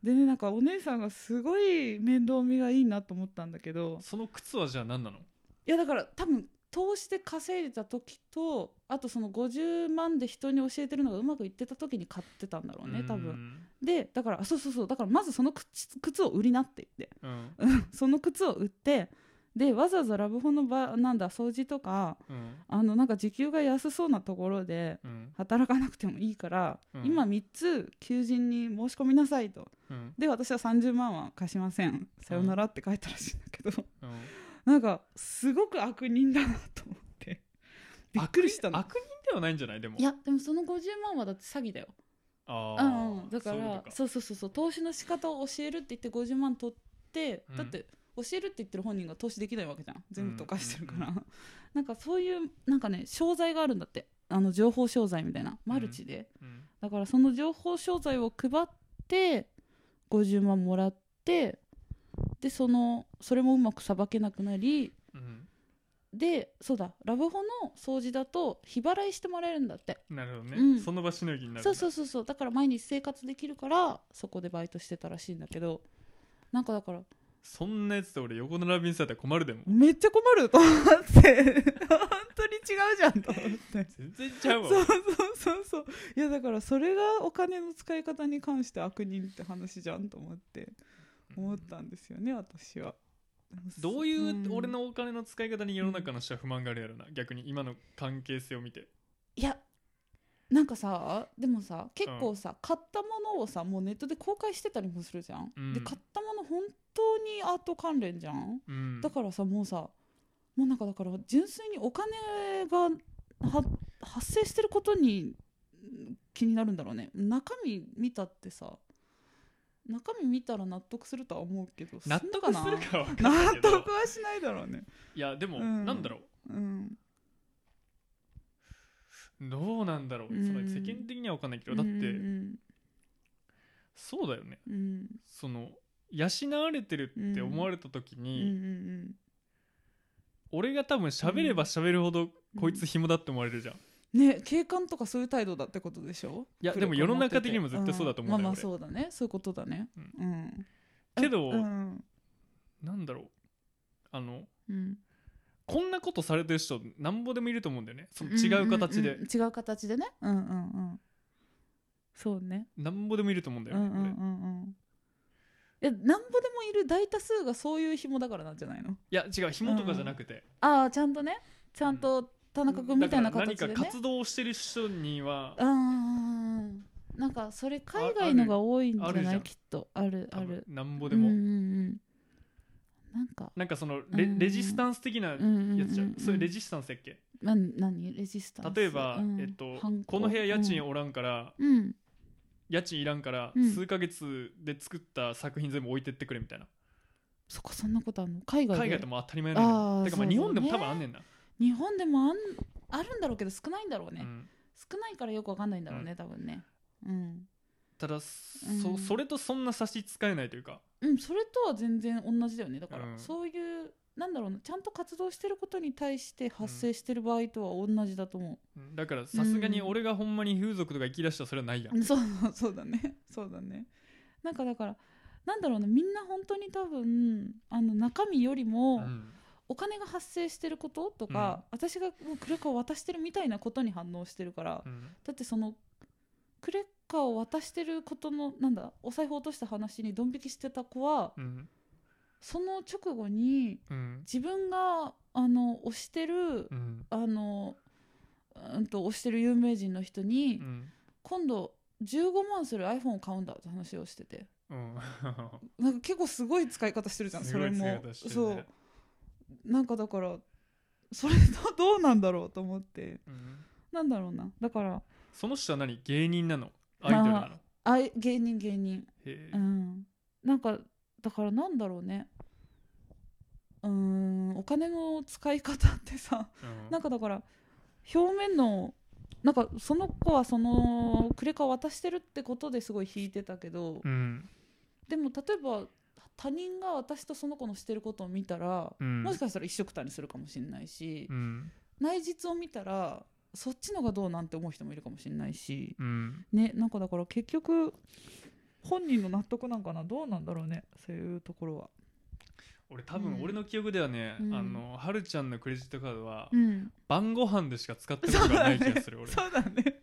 S2: でねなんかお姉さんがすごい面倒見がいいなと思ったんだけど
S1: その靴はじゃあ何なの
S2: いやだから多分投資で稼いでた時とあとその50万で人に教えてるのがうまくいってた時に買ってたんだろうね多分でだからあそうそうそうだからまずその靴靴を売りなって言って
S1: うんうん
S2: その靴を売ってでわざわざラブホの場なんだ掃除とか
S1: うん
S2: あのなんか時給が安そうなところで
S1: うん
S2: 働かなくてもいいから、
S1: うん
S2: 今3つ求人に申し込みなさいと
S1: うん
S2: で私は30万は貸しませんさよならって書いたらしいんだけど、
S1: うん
S2: なんかすごく悪人だなと思ってびっくりしたの
S1: 悪人ではないんじゃないでも
S2: いやでもその50万はだって詐欺だよ
S1: あ
S2: う
S1: あ、
S2: んうん、だか
S1: そういうこ
S2: ら
S1: とか
S2: そうそうそうそう投資の仕方を教えるって言って50万取って、
S1: うん
S2: だって教えるって言ってる本人が投資できないわけじゃん全部溶かしてるから、
S1: う
S2: なんかそういうなんかね商材があるんだってあの情報商材みたいなマルチで、
S1: うん
S2: だからその情報商材を配って50万もらってでそのそれもうまくさばけなくなり
S1: うん
S2: でそうだラブホの掃除だと日払いしてもらえるんだって
S1: なるほどね、
S2: うん
S1: その場しのぎになる
S2: そうそううそうそうだから毎日生活できるからそこでバイトしてたらしいんだけどなんかだから
S1: そんなやつと俺横並びにされたら困るでも
S2: めっちゃ困ると思って本当に違うじゃんと思って
S1: 全然ちゃうわ
S2: そうそうそうそういやだからそれがお金の使い方に関して悪人って話じゃんと思って思ったんですよね私は
S1: どうい
S2: ん
S1: う俺のお金の使い方に世の中の人は不満があるやろな、逆に今の関係性を見て
S2: いやなんかさでもさ結構さ、買ったものをさもうネットで公開してたりもするじゃん、
S1: うん
S2: で買ったもの本当にアート関連じゃん
S1: うん
S2: だからさもうさもうなんかだから純粋にお金がは発生してることにうん気になるんだろうね中身見たってさ中身見たら納得するとは思うけど
S1: 納
S2: んな
S1: 得するかは分か
S2: なん
S1: ない
S2: 納
S1: けど
S2: 得はしないだろうね
S1: いやでも、
S2: うん
S1: なんだろ
S2: うん
S1: うどうなんだろう、
S2: うん
S1: それ世間的には分かんないけどだって、
S2: うん
S1: そうだよね
S2: うんうん
S1: その養われてるって思われた時
S2: うんう
S1: に、
S2: ん
S1: 俺が多分喋れば喋るほどこいつ紐だって思われるじゃん、
S2: うんね警官とかそういう態度だってことでしょ
S1: いや
S2: 黒
S1: でも
S2: く
S1: 世の
S2: 思って
S1: 中
S2: て
S1: 的にも絶対そうだと思うんんだ
S2: ま
S1: よ
S2: あまあそうだねそういうことだね
S1: う
S2: うん
S1: けど
S2: うん
S1: 俺なんだろうあの
S2: うん
S1: こんなことされてる人なんぼでもいると思うんだよねその違う形で
S2: んんん違う形でねうんうんうんそうね
S1: なんぼでもいると思うんだ
S2: う
S1: よ
S2: んう
S1: ね、
S2: んうんうんいやなんぼでもいる大多数がそういう紐だからなんじゃないの
S1: 俺いや違う紐とかじゃなくて、
S2: ああちゃんとねちゃんと田中君みたいな形で
S1: だから
S2: ね
S1: 何か活動してる人には
S2: うんうんうんなんかそれ海外のが多いんじゃ
S1: あある
S2: な
S1: じゃ
S2: い
S1: ん
S2: きっとあるあ
S1: 多分
S2: る
S1: なんぼでも、
S2: うんうんうん、なんか
S1: なんかそのレ,、
S2: うん
S1: レジスタンス的なや
S2: うんうんうんうん
S1: つじゃん,、それレジスタンスやっけ
S2: な何レジスタンス
S1: 例えば、
S2: うん
S1: えっと
S2: ハンコ
S1: この部屋家賃おらんから、
S2: うん、うん
S1: 家賃いらんから、
S2: うん
S1: 数ヶ月で作った作品全部置いてってくれみたいな
S2: そっかそんなことあるの海外で
S1: 海外でも当たり前なんだ
S2: あー
S1: よてかまあ
S2: そうだね
S1: 日本でも多分あんねんな、
S2: 日本でもあんあるんだろうけど少ないんだろうね、
S1: うん
S2: 少ないからよくわかんないんだろうね、
S1: う
S2: 多分ねうん、
S1: ただそ,、
S2: うん
S1: それとそんな差し支えないというか
S2: うん、それとは全然同じだよねだから、
S1: うん
S2: そういうなんだろうなちゃんと活動してることに対して発生してる場合とは同じだと思
S1: うんだからさすがに俺がほんまに風俗とか行き出したらそれはないやん、
S2: う、そう そうだねそうだねなんかだからなんだろうなみんな本当に多分あの中身よりも、
S1: うん
S2: お金が発生してることとか、私がもうクレカを渡してるみたいなことに反応してるから、
S1: うん
S2: だってそのクレカを渡してることのなんだお財布落とした話にドン引きしてた子は、
S1: うん
S2: その直後に
S1: うん
S2: 自分があの推してる、
S1: うん
S2: あのうんと推してる有名人の人に、
S1: うん
S2: 今度15万する iPhone を買うんだって話をしてて
S1: うん
S2: なんか結構すごい使い方してるじゃん
S1: す
S2: そ
S1: ご
S2: れ
S1: い
S2: も、
S1: 強い出してる
S2: そう
S1: ね
S2: なんかだからそれとどう なんだろうと思って
S1: うん
S2: なんだろうなだから
S1: その人は何芸人なのアイドルなの、
S2: まあい芸人芸人
S1: へ
S2: う
S1: え
S2: んなんかだからなんだろうねうーんお金の使い方ってさ
S1: うん
S2: なんかだから表面のなんかその子はそのクレカを渡してるってことですごい引いてたけど、
S1: うん
S2: でも例えば他人が私とその子のしてることを見たら、
S1: うん
S2: もしかしたら一緒くたにするかもしれないし、
S1: うん
S2: 内実を見たらそっちのがどうなんて思う人もいるかもしれないし
S1: うん
S2: ねなんかだから結局本人の納得なんかなどうなんだろうねそういうところは。
S1: 俺多分俺の記憶ではね、
S2: うん
S1: あのはるちゃんのクレジットカードは
S2: うん、
S1: 晩ご飯でしか使ったこ
S2: そ
S1: と
S2: う
S1: が
S2: だ
S1: ない気
S2: ね
S1: がする、俺
S2: そうだ ね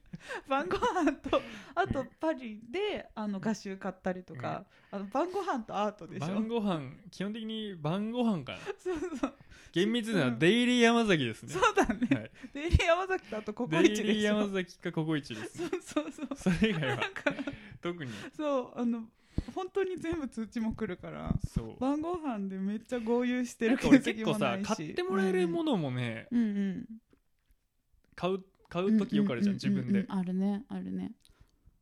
S2: 晩ご飯とあ
S1: う
S2: と
S1: ん
S2: パリであの画集買ったりとか、あの晩ご飯とアートでしょ
S1: 晩ご飯基本的に晩ご飯かな
S2: そうそう
S1: 厳密なのはデイリー山崎ですね
S2: そうだね、
S1: はい
S2: デイリー山崎とあとココイチ
S1: デイリ
S2: で
S1: ー
S2: しょ
S1: 山崎かココイチです
S2: そうそうそう
S1: それ以外
S2: な
S1: は
S2: んか
S1: 特に
S2: そうあの本当に全部通知も来るから
S1: そう
S2: 晩ご飯でめっちゃ豪遊して
S1: な
S2: る
S1: んか俺
S2: 形
S1: 結
S2: も
S1: 構
S2: な
S1: さ
S2: いし
S1: 買ってもらえるも
S2: の
S1: のもね
S2: うんうん
S1: 買う買
S2: うん
S1: う時よくあるじゃん自分で
S2: あるねあるね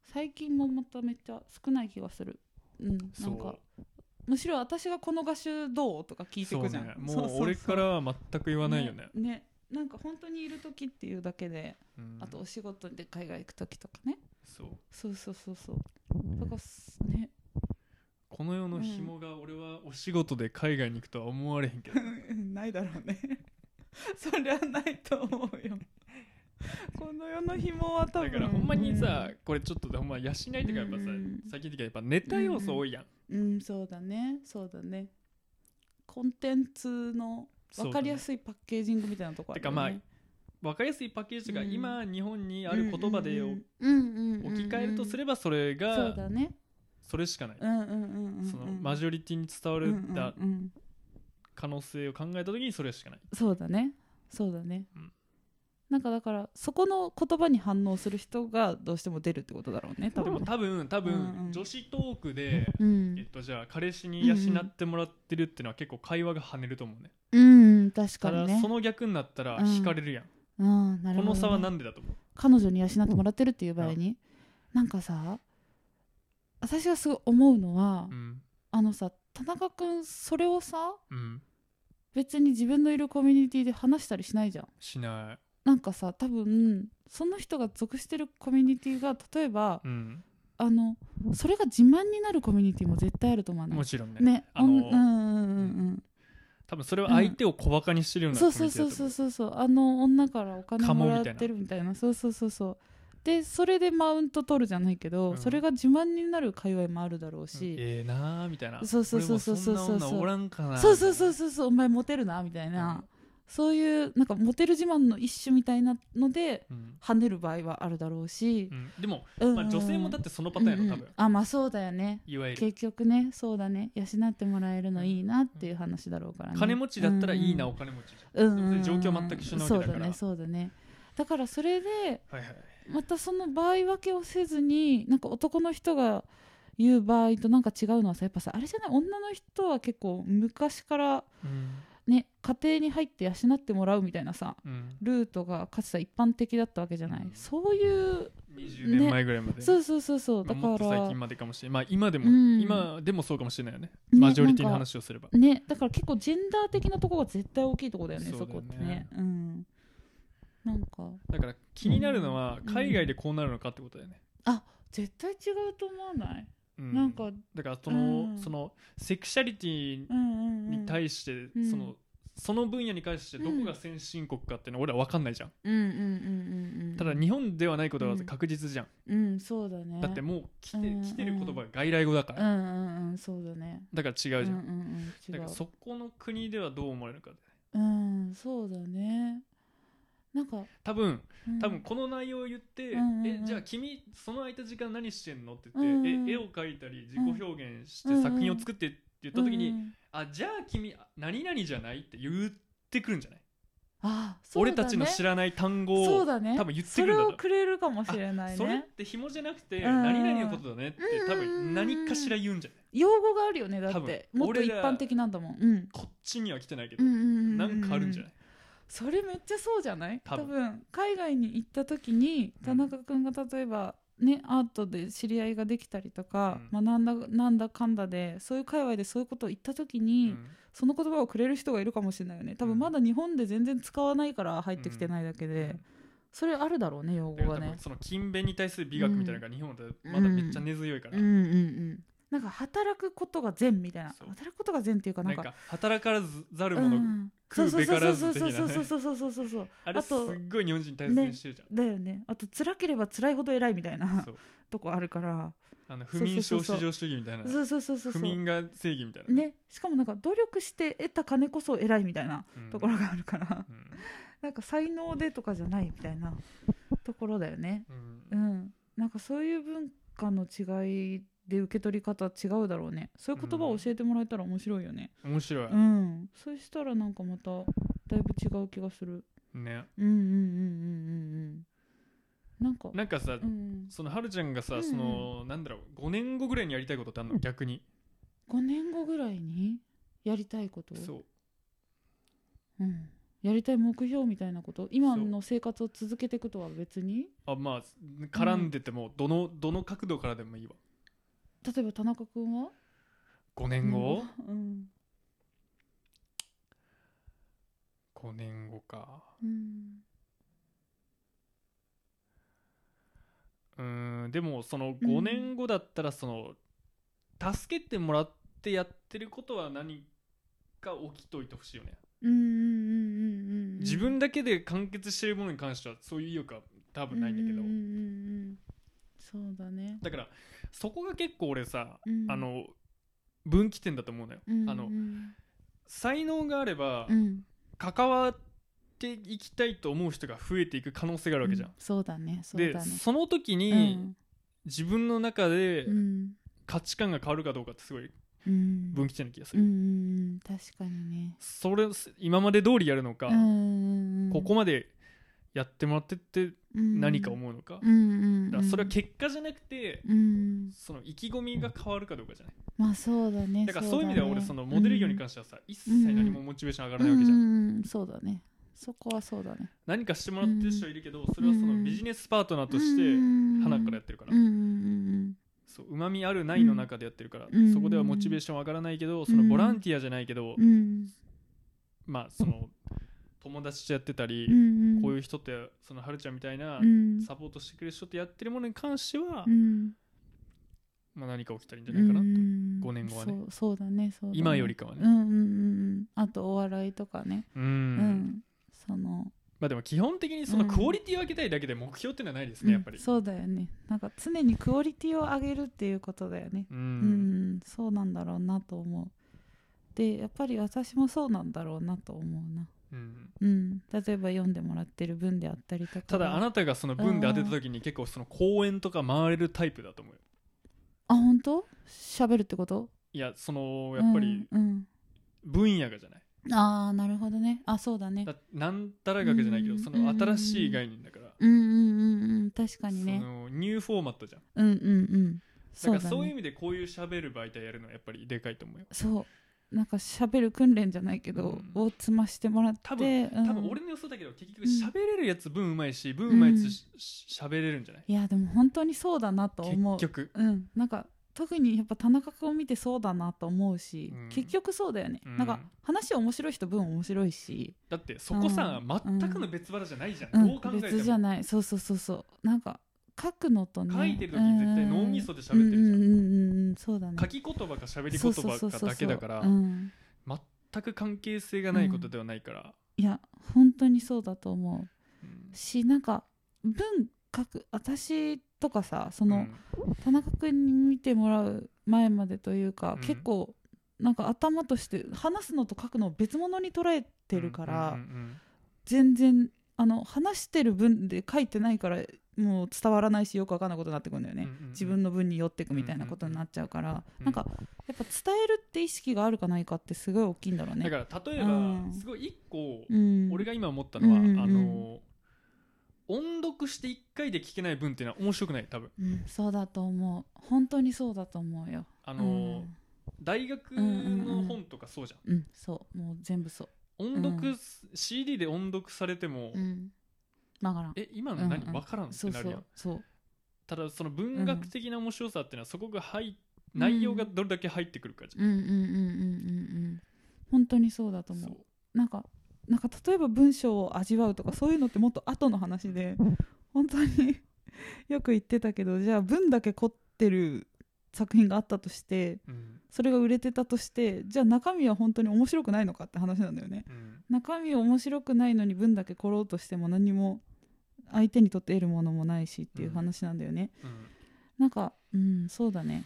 S2: 最近もまためっちゃ少ない気がするうんなんか
S1: そ
S2: むしろ私がこの画集どうとか聞
S1: う
S2: いてくじゃん、
S1: そうね
S2: そ
S1: も
S2: そうそ
S1: 俺からは全く言わないよね
S2: ねなんか本当にいる時っていうだけで、
S1: うん
S2: あとお仕事で海外行く時とかね
S1: そう
S2: そうそうそうそうだからすね
S1: この世の紐が俺はお仕事で海外に行くとは思われへんけど、
S2: ないだろうねそりゃないと思うよこの世の紐は 多
S1: だ
S2: 分
S1: からほんまにさ、これちょっとほんま養いとかやっぱさ、
S2: うん
S1: 最近的にはやっぱネタ要素多いやん、
S2: うん、うんそうだねそうだねコンテンツの分かりやすいパッケージングみたいなとこあるよ、ね、
S1: てか分かりやすいパッケージとか、
S2: うん
S1: 今日本にある言葉で
S2: うん
S1: 置
S2: うんうん
S1: き換えるとすれ
S2: ば
S1: ばそれ
S2: そう
S1: が
S2: だね
S1: それしかない、
S2: うんうんうんうん
S1: そのマジョリティに伝わ
S2: ョ
S1: るだ
S2: うんうんうん
S1: 可能性を考えた時にそれしかない、
S2: そうだねそうだね、
S1: うん
S2: なんかだからそこの言葉に反応する人がどうしても出るってことだろうね多
S1: で
S2: 分
S1: も
S2: ね
S1: 多分多分、
S2: うんうん
S1: 女子トークで、
S2: うん
S1: えっとじゃあ彼氏に養ってもらってるっていうのは結構会話が跳ねると思うね、
S2: うん確か
S1: ただ
S2: にね
S1: その逆になったら
S2: うん
S1: 惹かれるやん、
S2: うんなるほどね
S1: この差は何でだと思う
S2: 彼女に養ってもらってるっていう場合に、なんかさ私がすごい思うのは、
S1: うん
S2: あのさ田中君それをさ
S1: うん
S2: 別に自分のいるコミュニティで話したりしないじゃん
S1: しな
S2: なんかさ多分その人が属してるコミュニティが例えば
S1: い、うん、
S2: あのそれが自慢になるコミュニティも絶対あると思わない
S1: もちろんね
S2: ね
S1: あの
S2: うんうんうんうん
S1: 多分それは相手を小バカにしてるよう
S2: う
S1: んな
S2: そう
S1: コ
S2: そ
S1: ミュ
S2: う
S1: ニティだと思
S2: そうそうそうそうあの女からお金
S1: カモ
S2: も
S1: みたいな
S2: らってるみたいなそうそうそうそうでそれでマウント取るじゃないけど、
S1: うん
S2: それが自慢になる界隈もあるだろうし、
S1: ええなーみたいな
S2: そうそうそうそうそう
S1: 俺もんな女おらんかな
S2: そうそうそう
S1: そ
S2: そうそうお前モテるなみたいな、
S1: うん
S2: そういうなんかモテる自慢の一種みたいなので
S1: う、うん
S2: 跳ねる場合はあるだろうし
S1: う、ん、でも、
S2: うん
S1: まあ、女性もだってそのパターンやろ多
S2: うん
S1: 分、
S2: うんあまあそうだよね
S1: いわゆる
S2: 結局ねそうだね養ってもらえるのいいなっていう話だろうからね
S1: 金持ちだったらいいな、
S2: うん
S1: お金持ちじ
S2: うんうんうん
S1: 状況全く一緒なわけだから
S2: そうだねそうだねだからそれで
S1: ゃんはいはい
S2: またその場合分けをせずになんか男の人が言う場合となんか違うのはさやっぱさあれじゃない女の人は結構昔から
S1: うん
S2: ね、家庭に入って養ってもらうみたいなさ
S1: うん、
S2: ルートがかつては一般的だったわけじゃない、
S1: うん
S2: そういう
S1: 20年前ぐらいまで、
S2: そうそうそうそ
S1: ま
S2: うだ
S1: あ
S2: か
S1: もっと最
S2: ら、
S1: 近までかもしれない、まあ、今でも、
S2: うん
S1: 今でもそうかもしれないよね
S2: ね
S1: マジョリティの話をすれば、
S2: ねだから結構ジェンダー的なとこが絶対大きいとこだよね
S1: そ
S2: そう
S1: だよ
S2: こ
S1: ね
S2: ってねうんなんか
S1: だから気になるのは
S2: うん
S1: 海外でこうなるのかってことだよね、
S2: 絶対違うと思わない、
S1: うん
S2: なんか
S1: だからその,、
S2: うん
S1: そのセクシャリティ
S2: うんうんうん
S1: に対して、
S2: うん
S1: そのその分野に関してどこが先進国かっていうのは俺は分かんないじゃん、
S2: うんうんうんうんうん
S1: ただ日本ではないことは確実じゃん、
S2: うんそうだね
S1: だってもう来て,、
S2: うん
S1: 来てる言葉が外来語だか
S2: う
S1: ら、
S2: んうんうんそうだね
S1: だから違うじゃん、
S2: うんうんうん違
S1: だ
S2: う
S1: からそこの国ではどう思われるのか
S2: うんそうだねなんか、
S1: 多分
S2: うん
S1: 多分この内容を言って「
S2: うんうんうん
S1: えじゃあ君その空いた時間何してんの?」って言
S2: うん
S1: って、
S2: うん
S1: え絵を描いたり自己表現し
S2: うんう
S1: て
S2: ん
S1: 作品を作ってって言った時に「
S2: うんうん
S1: あじゃあ君何々じゃない?」って言ってくるんじゃない、
S2: あそう
S1: 俺
S2: だね
S1: たちの知らない単語を
S2: そうだね
S1: 多分言ってくるんだ
S2: そ
S1: ろ
S2: れをくれるかもしれない
S1: それっ
S2: ね
S1: て紐じゃなくて
S2: うんうん
S1: 何々のことだねって多分何かしら言うんじゃない
S2: 用語があるよねだ
S1: 多
S2: っ
S1: 分
S2: てもっと
S1: 俺
S2: 一
S1: ら
S2: 般的なんだもん、うん、
S1: こっちには来てないけ
S2: う
S1: ど
S2: んうんうんうん
S1: なんかあるんじゃない
S2: それめっちゃそうじゃない
S1: 多
S2: 多
S1: 分
S2: 分海外に行った時に
S1: うん
S2: 田中君が例えば、ね、アートで知り合いができたりとか、学んだなんだかんだでそういう界隈でそういうことを言った時
S1: う
S2: に、
S1: ん
S2: その言葉をくれる人がいるかもしれないよね多
S1: うん
S2: 分まだ日本で全然使わないから入ってきてないだけで、それあるだろうね用
S1: だか
S2: 語
S1: ら
S2: が
S1: 多
S2: ね
S1: 分。その勤勉に対する美学みたいなのが日本でまだめっちゃ根強いから
S2: うんうんうんなんか働くことが善みたいな
S1: そう
S2: 働くことが善っていうかな
S1: なん
S2: んか
S1: か働かざる
S2: う
S1: 者
S2: ん
S1: 食うべからず的
S2: そ
S1: な
S2: う
S1: ね
S2: そうそうそうそうそうそうそうそう
S1: あれ
S2: あ
S1: すっ
S2: と
S1: ごい日本人大切にしてるじゃ
S2: だよねあと辛ければ辛いほど偉いみたい
S1: ん
S2: な
S1: そう
S2: とこあるから
S1: あの不眠症
S2: そうそうそうそ
S1: 至上
S2: う
S1: 主義みたいな
S2: そうそうそうそう
S1: 不
S2: そう
S1: 眠が正義みたいな
S2: ねしかもなんか努力して得た金こそ偉いみたいな
S1: うん
S2: ところがあるから、
S1: うん
S2: なんか才能でとかじゃないみたいなところだよね
S1: うん
S2: うんなんかそういう文化の違いで受け取り方違うだろうねそういう言葉を教えてもらえたら面白いよね、
S1: 面白い
S2: うん、そうしたらなんかまただいぶ違う気がする
S1: ね
S2: うんうんうんうんうんうんなんか
S1: なんかさ
S2: うん、
S1: そのはるちゃんが
S2: うん
S1: さ
S2: うん
S1: そのなんだろう5年後ぐらいにやりたいことってあるの逆に
S2: 5年後ぐらいにやりたいこと
S1: そう
S2: うん、やりたい目標みたいなこと今
S1: そう
S2: の生活を続けていくとは別に
S1: あまあ絡んでてもどの,、どの角度からでもいいわ
S2: 例えば田中君は
S1: 5年後、
S2: うん、
S1: 5年後か
S2: うん
S1: うーんでもその
S2: うん
S1: 5年後だったらその、助けてもらってやってることは何か起きといてほしいよね、
S2: うんうんうんうんうんうん
S1: 自分だけで完結してるものに関してはそういう意欲は多分ないんだけど、
S2: ううんうんうんそうだね、
S1: だからそこが結構俺さ、
S2: うん
S1: あの分岐点だと思うのよ、
S2: うんうん
S1: あの才能があれば
S2: うん
S1: 関わっていきたいと思う人が増えていく可能性があるわけじゃん
S2: う、そうだねそう
S1: で
S2: だね
S1: その時
S2: う
S1: に
S2: ん
S1: 自分の中で
S2: うん
S1: 価値観が変わるかどうかってすごい
S2: うん
S1: 分岐点な気がす
S2: う
S1: る、
S2: んうんうん確かにね
S1: それ今まで通りやるのか、
S2: うんうんうん
S1: ここまでやってもらってって何か
S2: う
S1: 思うのか,、
S2: んうんうんうん
S1: だからそれは結果じゃなくて、
S2: うん
S1: その意気込みが変わるかどうかじゃない
S2: まあそうだね
S1: だからそういう意味では俺そのモデル業に関してはさ、一切何もモチベーション上が
S2: から
S1: ないわけじゃん、
S2: うんうんうんそうだねそこはそうだね
S1: 何かしてもらってる人はいるけど、それはそのビジネスパートナーとして花
S2: 花
S1: からや
S2: っ
S1: ってるから、
S2: うんうん
S1: そうまみあるないの中でやってるから、
S2: うん
S1: そこではモチベーション上がらないけどそのボランティアじゃないけど、
S2: うんうん
S1: まあその友達とやってたり、
S2: うんうん
S1: こういう人ってそのはるちゃんみたいな
S2: うん
S1: サポートしてくれる人ってやってるものに関しては、
S2: うん
S1: まあ、何か起きたらいいんじゃないかなと、
S2: うん
S1: 5年後はね
S2: そうそうだねそうだね
S1: 今よりかは
S2: う
S1: ね
S2: んうんうんうんあとお笑いとかね
S1: うん、
S2: うんその
S1: まあでも基本的にその
S2: うん
S1: クオリティを上げたいだけで目標っていうのはないですね、やっぱり
S2: うんそうだよねなんか常にクオリティを上げるっていうことだよね
S1: う
S2: うんんそうなんだろうなと思うでやっぱり私もそうなんだろうなと思うな
S1: うん
S2: うん例えば読んでもらってる文であったりとか
S1: ただあ
S2: あ
S1: なたがその分で当てた時に結構その公演とか回れるタイプだと思うよ
S2: 本当喋るってこと
S1: いやそのやっぱり
S2: うんうん
S1: 分野がじゃない
S2: ああなるほどねあそうだね
S1: だなんたら学じゃないけど、
S2: うん
S1: その新しい概念だから、
S2: うんうんうんうん確かに
S1: そ
S2: ね
S1: のニューフォーマットじゃん
S2: うんうんうん
S1: だ
S2: そ
S1: か
S2: う
S1: ら
S2: だ
S1: そういう意
S2: ね
S1: 味でこういう喋る媒体やるのはやっぱりでかいと思うよ
S2: そうなんか喋る訓練じゃないけど、
S1: うん
S2: を積ましてもらって
S1: 多分
S2: うん
S1: 多分俺の予想だけど結局
S2: うん
S1: 喋れるやつ分うまいし分うまいや
S2: うん
S1: つしし喋れるんじゃない
S2: いやでも本当にそうだなと思う
S1: 結局
S2: うんなんか特にやっぱ田中君を見てそうだなと思うし、
S1: うん
S2: 結局そうだよね、
S1: うん
S2: なんか話面白い人分面白いし、
S1: だってそこさ
S2: うん
S1: 全くの別腹じゃないじゃん
S2: うん
S1: どう考えて
S2: 別じゃ
S1: も
S2: ないそうそうそうそうなんか書くのとね
S1: 書いてる時絶対脳みそで喋ってるじゃん
S2: うんうんうんうんうんそうだね
S1: 書き言葉か喋り言葉かだけだから
S2: そうそうそうそううん
S1: 全く関係性がないことではないから
S2: いや本当にそうだと思
S1: うん
S2: うしなんか文書く私とかさその、
S1: うん
S2: 田中君に見てもらう前までというか、
S1: うん
S2: 結構なんか頭として話すのと書くのを別物に捉えてるから、
S1: うんうんうん
S2: 全然あの話してる文で書いてないからもう伝わらないしよくわかんないことになってくるんだよね、
S1: うんうんうん
S2: 自分の文に寄ってくみたいなことになっちゃうから、なんかやっぱ伝えるって意識があるかないかってすごい大きいんだろうね。
S1: だから例え
S2: うん
S1: ばすごい一個
S2: うん、
S1: 俺が今思ったのはあ
S2: うんうんうん
S1: の音読して1回で聞けない文っていうのは面白くない多分
S2: うん、そうだと思う本当にそうだと思うよ。
S1: あ
S2: あ
S1: の大学の本とかそうじゃん
S2: うん、うん、そうもう全部そう。
S1: 音
S2: う
S1: 読
S2: ん
S1: CD で音読されても
S2: うん、曲がらん。
S1: え今の何
S2: うんうん
S1: 分からんって
S2: そう
S1: な
S2: そ
S1: るやん
S2: うそう
S1: ただその文学的な面白さっていうのはそこが入っ内容がどれだけ入ってくるかじゃん、
S2: うんうんうんうんうんうん本当にそうだと思うなんかなんか例えば文章を味わうとかそういうのってもっと後の話 で本当に よく言ってたけどじゃあ文だけ凝ってる作品があったとして
S1: そううん
S2: それが売れてたとしてじゃあ中身は本当に面白くないのかって話なんだよね
S1: うん
S2: 中身面白くないのに文だけ凝ろうとしても何も相手にとって得るものもないしっていう話なんだよね、
S1: うん
S2: なんかうんそうだね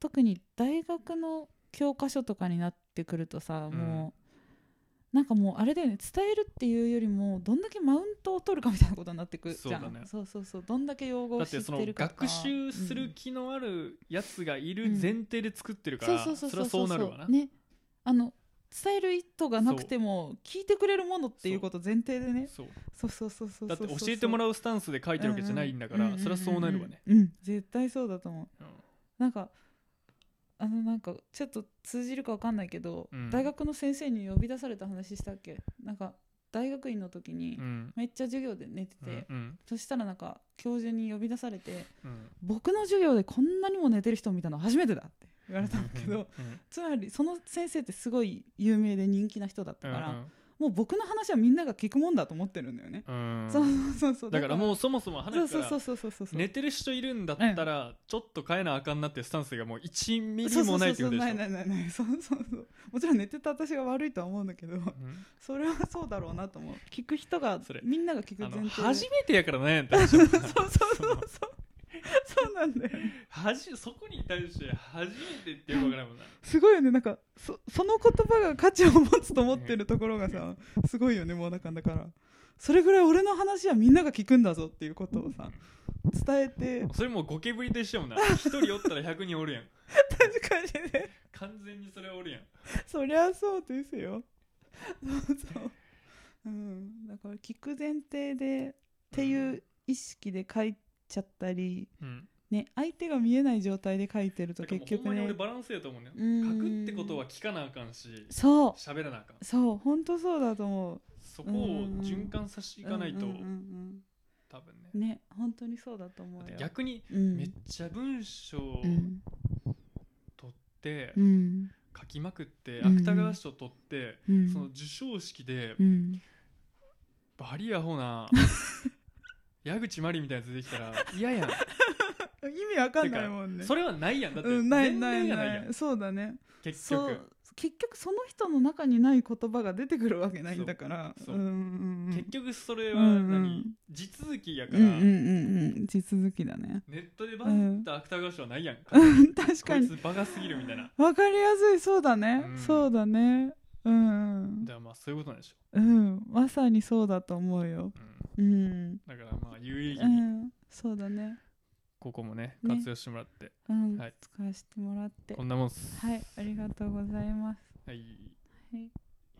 S2: 特に大学の教科書とかになってくるとさ、
S1: うん
S2: もうなんかもうあれだよね伝えるっていうよりもどんだけマウントを取るかみたいなことになってくじゃん
S1: そうだね
S2: そうそうそうどんだけ用語
S1: だ
S2: を
S1: っ
S2: 知って
S1: その
S2: てるか
S1: 学習す
S2: う
S1: る
S2: ん
S1: 気のあるやつがいる前提で作ってるか
S2: そう
S1: ら
S2: そうそ
S1: そうれ
S2: そう
S1: はそうなるわな、
S2: ねあの伝える意図がなくても聞いてくれるものっていうこと前提でね
S1: そう
S2: そうそうそうそう
S1: だって教えてもらうスタンスで書いてるわけじゃないんだから、それはそうなるわね、
S2: うんうんうんうん絶対そうだと思
S1: う
S2: う
S1: ん
S2: なんかああのなんかちょっと通じるかわかんないけど、
S1: うん
S2: 大学の先生に呼び出された話したっけなんか大学院の時に
S1: うん
S2: めっちゃ授業で寝てて、
S1: うん
S2: そしたらなんか教授に呼び出されて
S1: うん
S2: 「僕の授業でこんなにも寝てる人を見たの初めてだ」って言われたんだけど、
S1: うん
S2: つまりその先生ってすごい有名で人気な人だったから、
S1: うん
S2: もう僕の話はみんなが聞くもんだと思ってるんだよね、
S1: うん
S2: そうそうそう
S1: だからも
S2: う
S1: うそもそも
S2: そう
S1: 話か
S2: そう
S1: ら
S2: そうそうそうそうそう
S1: 寝てる人いるんだったらちょっと変えなあかんなっていうスタンスがもう1ミリもないってことでしょ
S2: そうそうそうそうないないないないそうそうそうもちろん寝てた私が悪いとは思うんだけど
S1: うん
S2: それはそうだろうなと思う聞く人が
S1: それ
S2: みんなが聞く
S1: あ
S2: 前提
S1: の
S2: で
S1: 初
S2: そう
S1: めてやからね大丈夫
S2: そうそうそうそうなんだよね
S1: はじそこに対して初めてってよくわからんもんな
S2: すごいよねなんかそその言葉が価値を持つと思ってるところがさすごいよねもうだかんだからそれぐらい俺の話はみんなが聞くんだぞっていうことをさ伝えて
S1: それもうゴケぶりと一緒やもんな1人おったら100人おるやん
S2: 確かにね
S1: 完全にそれおるやん
S2: そりゃそうですよそうそううんだから聞く前提でっていう意識で書いちゃったり
S1: うん
S2: ね相手が見えない状態で書いてると
S1: だから
S2: 結
S1: もうほんま
S2: 局
S1: に
S2: ね
S1: 俺バランスやと思うね
S2: うん
S1: 書くってことは聞かなあかんし
S2: そう
S1: 喋らなあかん
S2: そう本当そうだと思う
S1: そこを循環させていかないと
S2: うんうんうん
S1: 多分ね
S2: うんね本当にそうだと思
S1: だっ
S2: う
S1: て
S2: よ
S1: 逆に
S2: うん
S1: めっちゃ文章を
S2: うん
S1: 取って
S2: うん
S1: 書きまくって
S2: うん
S1: 芥川賞取って
S2: うん
S1: その授賞式で
S2: うん
S1: バリアホ な矢口真理みたいなやつ出てきたら嫌やん
S2: 意味わかんないもんね
S1: それはないやんだって
S2: うん
S1: 全
S2: ないな
S1: 然
S2: い
S1: やないや
S2: なんいそうだね
S1: 結
S2: そ
S1: 局
S2: う結局その人の中にない言葉が出てくるわけないんだから
S1: そうそううん
S2: うんうん
S1: 結局それは
S2: うんう
S1: 何
S2: ん
S1: 地続きやから
S2: うんうんうんうん地続きだ ね
S1: ネットでバズった芥川賞はないやんか
S2: 確
S1: こ
S2: か
S1: い
S2: に
S1: つバカすぎるみたいな
S2: わかりやすいそうだね、
S1: うん
S2: そうだねうん
S1: だからまあそういうことなんでしょ
S2: うんまさにそうだと思うよ
S1: う、うん
S2: うん、
S1: だからまあ有意義
S2: う
S1: に
S2: ん、そうだね
S1: ここもね
S2: ね
S1: 活用してもらって
S2: うん、
S1: はい
S2: 使わせてもらって
S1: こんなもんっす
S2: はいありがとうございます
S1: はい
S2: はい